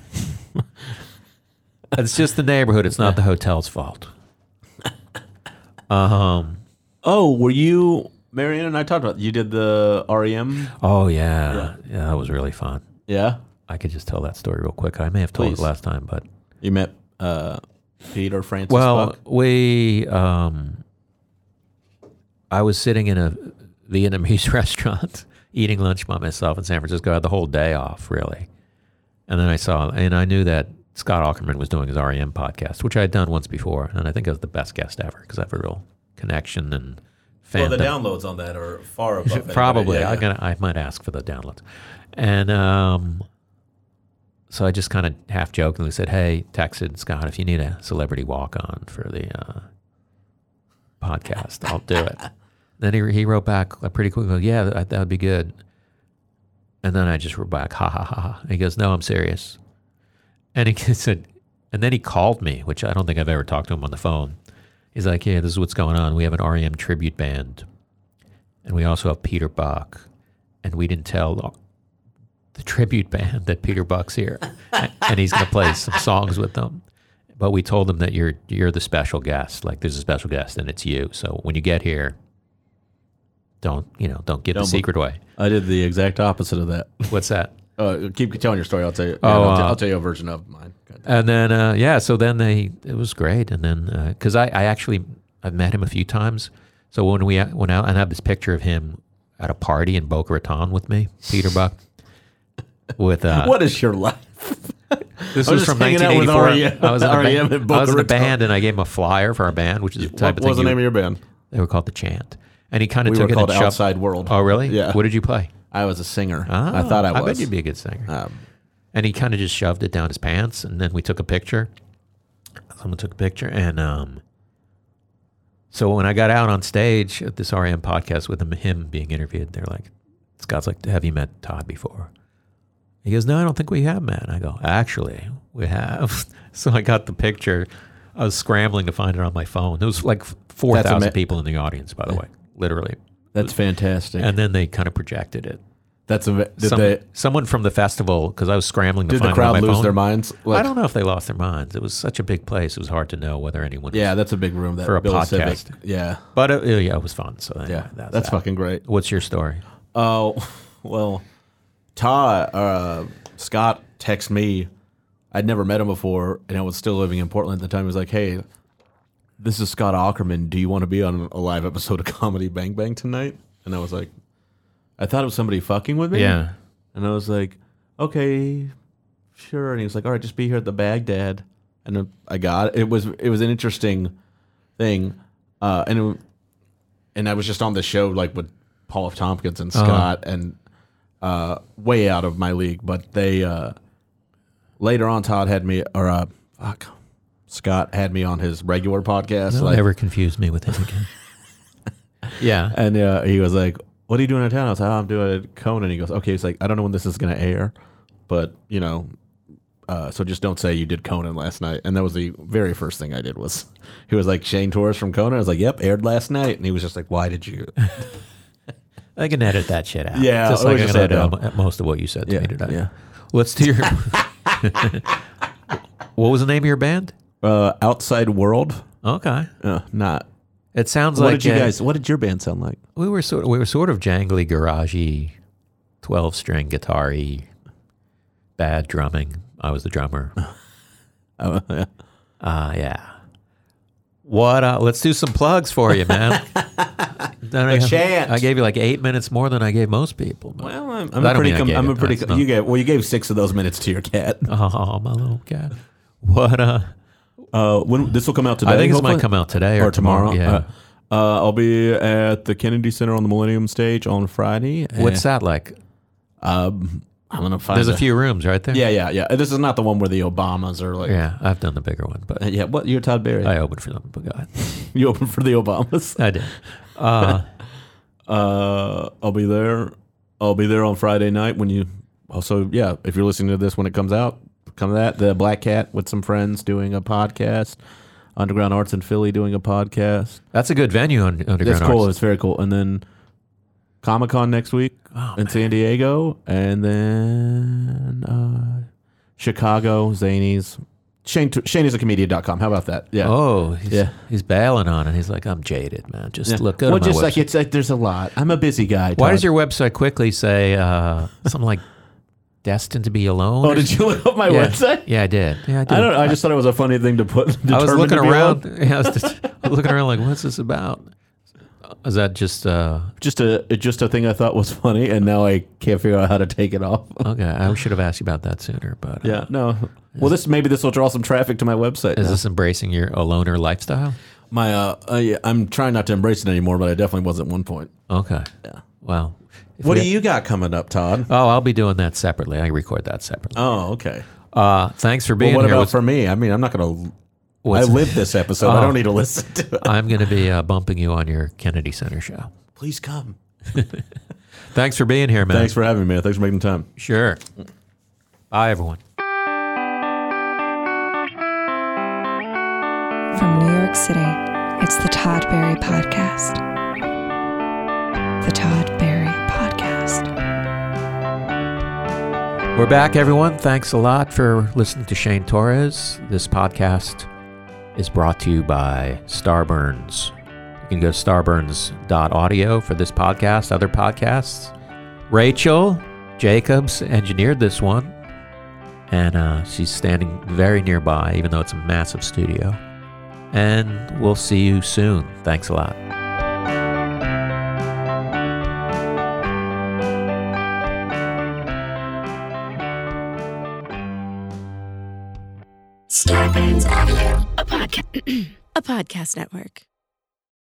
Speaker 3: It's just the neighborhood. It's not the hotel's fault. Um.
Speaker 4: Oh, were you? Marianne and I talked about you did the E REM.
Speaker 3: Oh yeah. yeah, that was really fun.
Speaker 4: Yeah.
Speaker 3: I could just tell that story real quick. I may have told
Speaker 4: Please.
Speaker 3: it last time, but
Speaker 4: You met uh, Peter Francis.
Speaker 3: well,
Speaker 4: Buck?
Speaker 3: we um, I was sitting in a Vietnamese <laughs> restaurant eating lunch by myself in San Francisco. I had the whole day off, really, and then I saw, and I knew that Scott Ackerman was doing his REM podcast, which I had done once before, and I think I was the best guest ever because I have a real connection and
Speaker 4: Well,
Speaker 3: fandom.
Speaker 4: the downloads on that are far above. anybody.
Speaker 3: Probably,
Speaker 4: Yeah,
Speaker 3: I
Speaker 4: yeah.
Speaker 3: gonna I might ask for the downloads, and um, so I just kind of half jokingly said, "Hey, texted Scott if you need a celebrity walk on for the uh, podcast, I'll do
Speaker 4: <laughs>
Speaker 3: it." then he he wrote back uh, pretty quickly, "Yeah, that that would be good." And then I just wrote back, "Ha ha ha!" ha." And he goes, "No, I'm serious." <laughs> And he said, and then he called me, which I don't think I've ever talked to him on the phone. He's like, yeah, this is what's going on. We have an REM tribute band, and we also have Peter Bach, and we didn't tell the tribute band that Peter Bach's here, <laughs> and and he's going to play some songs with them. But we told them that you're you're the special guest. Like there's a special guest, and it's you. So when you get here, don't you know? Don't give
Speaker 4: Don't
Speaker 3: the
Speaker 4: be-
Speaker 3: secret away.
Speaker 4: I did the exact opposite of that.
Speaker 3: What's that?
Speaker 4: Uh, keep telling your story. I'll tell you.
Speaker 3: Oh,
Speaker 4: I'll,
Speaker 3: uh,
Speaker 4: will tell you a version of mine. God
Speaker 3: And then uh, yeah, so then they it was great. And then because I, I actually I've met him a few times. So when we uh, went out, and I have this picture of him at a party in Boca Raton with me, Peter Buck. With uh,
Speaker 4: damn. What is your life?
Speaker 3: this
Speaker 4: I was
Speaker 3: was
Speaker 4: just
Speaker 3: from
Speaker 4: hanging out with E
Speaker 3: 1984.
Speaker 4: REM
Speaker 3: I was in
Speaker 4: <laughs>
Speaker 3: a
Speaker 4: REM
Speaker 3: band,
Speaker 4: in
Speaker 3: I
Speaker 4: Boca
Speaker 3: was in a
Speaker 4: Raton.
Speaker 3: band, and I gave him a flyer for our band, which is the type
Speaker 4: What
Speaker 3: of thing
Speaker 4: was the
Speaker 3: you-
Speaker 4: name of your band?
Speaker 3: they were called the Chant. And he kind of
Speaker 4: We
Speaker 3: took
Speaker 4: were
Speaker 3: it
Speaker 4: called
Speaker 3: and shoved.
Speaker 4: Outside World.
Speaker 3: Oh, really?
Speaker 4: Yeah.
Speaker 3: What did you play?
Speaker 4: I was a singer.
Speaker 3: Ah,
Speaker 4: I thought I was.
Speaker 3: I bet you'd be a good singer.
Speaker 4: Um,
Speaker 3: and he kind of just shoved it down his pants and then we took a picture someone took a picture and um so when i got out on stage at this rem podcast with him, him being interviewed they're like scott's like have you met todd before he goes no i don't think we have met i go actually we have <laughs> so i got the picture i was scrambling to find it on my phone there was like
Speaker 4: That's
Speaker 3: 4000
Speaker 4: ama-
Speaker 3: people in the audience by the way literally
Speaker 4: that's fantastic.
Speaker 3: and then they kind of projected it
Speaker 4: that's a, did
Speaker 3: Some-
Speaker 4: they
Speaker 3: someone from the festival because i was scrambling to
Speaker 4: did
Speaker 3: find it
Speaker 4: the
Speaker 3: on
Speaker 4: crowd
Speaker 3: my
Speaker 4: lose
Speaker 3: phone.
Speaker 4: their minds?
Speaker 3: I don't know if they lost their minds. It was such a big place; it was hard to know whether anyone.
Speaker 4: Yeah,
Speaker 3: was,
Speaker 4: that's a big room. That
Speaker 3: For a
Speaker 4: Bill
Speaker 3: podcast.
Speaker 4: Civic. Yeah,
Speaker 3: but it, yeah, it was fun. So anyway,
Speaker 4: yeah,
Speaker 3: that's,
Speaker 4: that's,
Speaker 3: that.
Speaker 4: fucking great.
Speaker 3: What's your story?
Speaker 4: Oh, <laughs> well, Todd, uh, Scott texted me. I'd never met him before, and I was still living in Portland at the time. He was like, hey, this is Scott Ackerman. Do you want to be on a live episode of <laughs> Comedy Bang Bang tonight? And I was like, I thought it was somebody fucking with me.
Speaker 3: Yeah,
Speaker 4: And I was like, okay, sure. And he was like, all right, just be here at the Baghdad. And then I got it. It was it was an interesting thing, uh, and it, and I was just on the show like with Paul F. Tompkins and Scott, and uh, way out of my league. But they uh, later on, Todd had me or uh, fuck, Scott had me on his regular podcast.
Speaker 3: Don't
Speaker 4: like,
Speaker 3: ever confuse me with him
Speaker 4: <laughs>
Speaker 3: again. yeah,
Speaker 4: and uh, he was like, "What are you doing in town?" I was like, oh, "I'm doing a Conan." He goes, "Okay." He's like, "I don't know when this is going to air, but you know, uh, so just don't say you did Conan last night." And that was the very first thing I did was <laughs> he was like Shane Torres from Conan. I was like, "Yep, aired last night." And he was just like, "Why did you?"
Speaker 3: I can edit that shit out.
Speaker 4: Yeah,
Speaker 3: just
Speaker 4: it
Speaker 3: like
Speaker 4: was
Speaker 3: I
Speaker 4: just
Speaker 3: can edit
Speaker 4: that
Speaker 3: mo- most of what you said to
Speaker 4: Yeah,
Speaker 3: me today.
Speaker 4: yeah.
Speaker 3: Let's
Speaker 4: <laughs>
Speaker 3: do your. <laughs> what was the name of your band?
Speaker 4: Uh, outside world,
Speaker 3: Okay,
Speaker 4: uh, not.
Speaker 3: it sounds
Speaker 4: What
Speaker 3: like
Speaker 4: did you
Speaker 3: uh,
Speaker 4: guys? What did your band sound like?
Speaker 3: We were sort. We were sort of jangly, garagey, twelve string guitar-y, bad drumming. I was the drummer.
Speaker 4: <laughs> Oh, yeah.
Speaker 3: Uh, yeah. What? Uh, let's do some plugs for you,
Speaker 4: <laughs>
Speaker 3: man. Then I,
Speaker 4: chance.
Speaker 3: I gave you like eight minutes more than I gave most people. but-
Speaker 4: Well, I'm,
Speaker 3: I
Speaker 4: I'm a
Speaker 3: don't
Speaker 4: pretty.
Speaker 3: mean I
Speaker 4: Com-
Speaker 3: gave
Speaker 4: I'm
Speaker 3: it.
Speaker 4: a pretty.
Speaker 3: That's
Speaker 4: Com-
Speaker 3: not-
Speaker 4: you gave well. You gave six of those minutes to your cat.
Speaker 3: oh, my little cat. What? Uh,
Speaker 4: Uh, when this will come out today?
Speaker 3: I think this
Speaker 4: hopefully?
Speaker 3: might come out today or,
Speaker 4: or tomorrow.
Speaker 3: Yeah.
Speaker 4: Uh, uh, I'll be at the Kennedy Center on the Millennium Stage on Friday.
Speaker 3: What's that like?
Speaker 4: that? Um, I'm gonna find.
Speaker 3: There's a few rooms right there.
Speaker 4: Yeah, yeah, yeah. This is not the one where the Obamas are like.
Speaker 3: Yeah, I've done the bigger one, but
Speaker 4: <laughs> Yeah, What? You're Todd Berry.
Speaker 3: I opened for them. But God,
Speaker 4: You open for the Obamas.
Speaker 3: I did. Uh,
Speaker 4: Uh, I'll be there. I'll be there on Friday night when you. Also, yeah, if you're listening to this when it comes out, come to that. The Black Cat with some friends doing a podcast. Underground Arts in Philly doing a podcast.
Speaker 3: that's a good venue on Underground
Speaker 4: That's cool.
Speaker 3: Arts.
Speaker 4: It's very cool. And then Comic Con next week
Speaker 3: Oh,
Speaker 4: in San Diego, and then uh, Chicago Zanies. Shane Shane is a comedian.com. How about that? Yeah.
Speaker 3: Oh, he's,
Speaker 4: Yeah.
Speaker 3: he's bailing on it. He's like, I'm jaded, man. Just
Speaker 4: yeah.
Speaker 3: look. Go to
Speaker 4: well,
Speaker 3: my
Speaker 4: just
Speaker 3: website."
Speaker 4: like it's like there's a lot. I'm a busy guy.
Speaker 3: Why
Speaker 4: Todd.
Speaker 3: does your website quickly say uh, something like "destined to be alone"?
Speaker 4: Oh, did you look up my
Speaker 3: yeah.
Speaker 4: website?
Speaker 3: Yeah, I did. Yeah, I did.
Speaker 4: I don't know. I just thought it was a funny thing to put. <laughs>
Speaker 3: I was
Speaker 4: determined
Speaker 3: looking
Speaker 4: to be
Speaker 3: around. <laughs>
Speaker 4: alone.
Speaker 3: Yeah, I was just looking around like, what's this about? Is that just uh,
Speaker 4: Just a just a thing I thought was funny, and now I can't figure out how to take it off.
Speaker 3: okay? I should have asked you about that sooner. But uh,
Speaker 4: Yeah. <laughs> No. Well, this maybe this will draw some traffic to my website.
Speaker 3: is
Speaker 4: now.
Speaker 3: this embracing your aloner lifestyle?
Speaker 4: My, uh, I, I'm trying not to embrace it anymore, but I definitely was at one point.
Speaker 3: Okay. Yeah. Well, if
Speaker 4: What
Speaker 3: we-
Speaker 4: do you got coming up, Todd?
Speaker 3: Oh, I'll be doing that separately. I record that separately.
Speaker 4: Oh, okay.
Speaker 3: Uh, thanks for being
Speaker 4: Well, what
Speaker 3: here.
Speaker 4: about
Speaker 3: What's-
Speaker 4: for me? I mean, I'm not gonna. I
Speaker 3: what's-
Speaker 4: live this episode. I
Speaker 3: Oh.
Speaker 4: don't need to listen to
Speaker 3: <laughs>
Speaker 4: it.
Speaker 3: I'm going to be uh, bumping you on your Kennedy Center show.
Speaker 4: Please come.
Speaker 3: Thanks for being here, man.
Speaker 4: Thanks for having me, man. Thanks for making the time.
Speaker 3: Sure. Bye, everyone.
Speaker 2: From New York City, It's the Todd Berry Podcast. The Todd Berry Podcast.
Speaker 3: We're back, everyone. Thanks a lot for listening to Shane Torres. This podcast is brought to you by Starburns. You can go to starburns.audio for this podcast, other podcasts. Rachel Jacobs engineered this one, and uh, she's standing very nearby, even though it's a massive studio. And we'll see you soon. Thanks a lot.
Speaker 1: <clears throat> Starburns Audio, a podcast, a podcast network.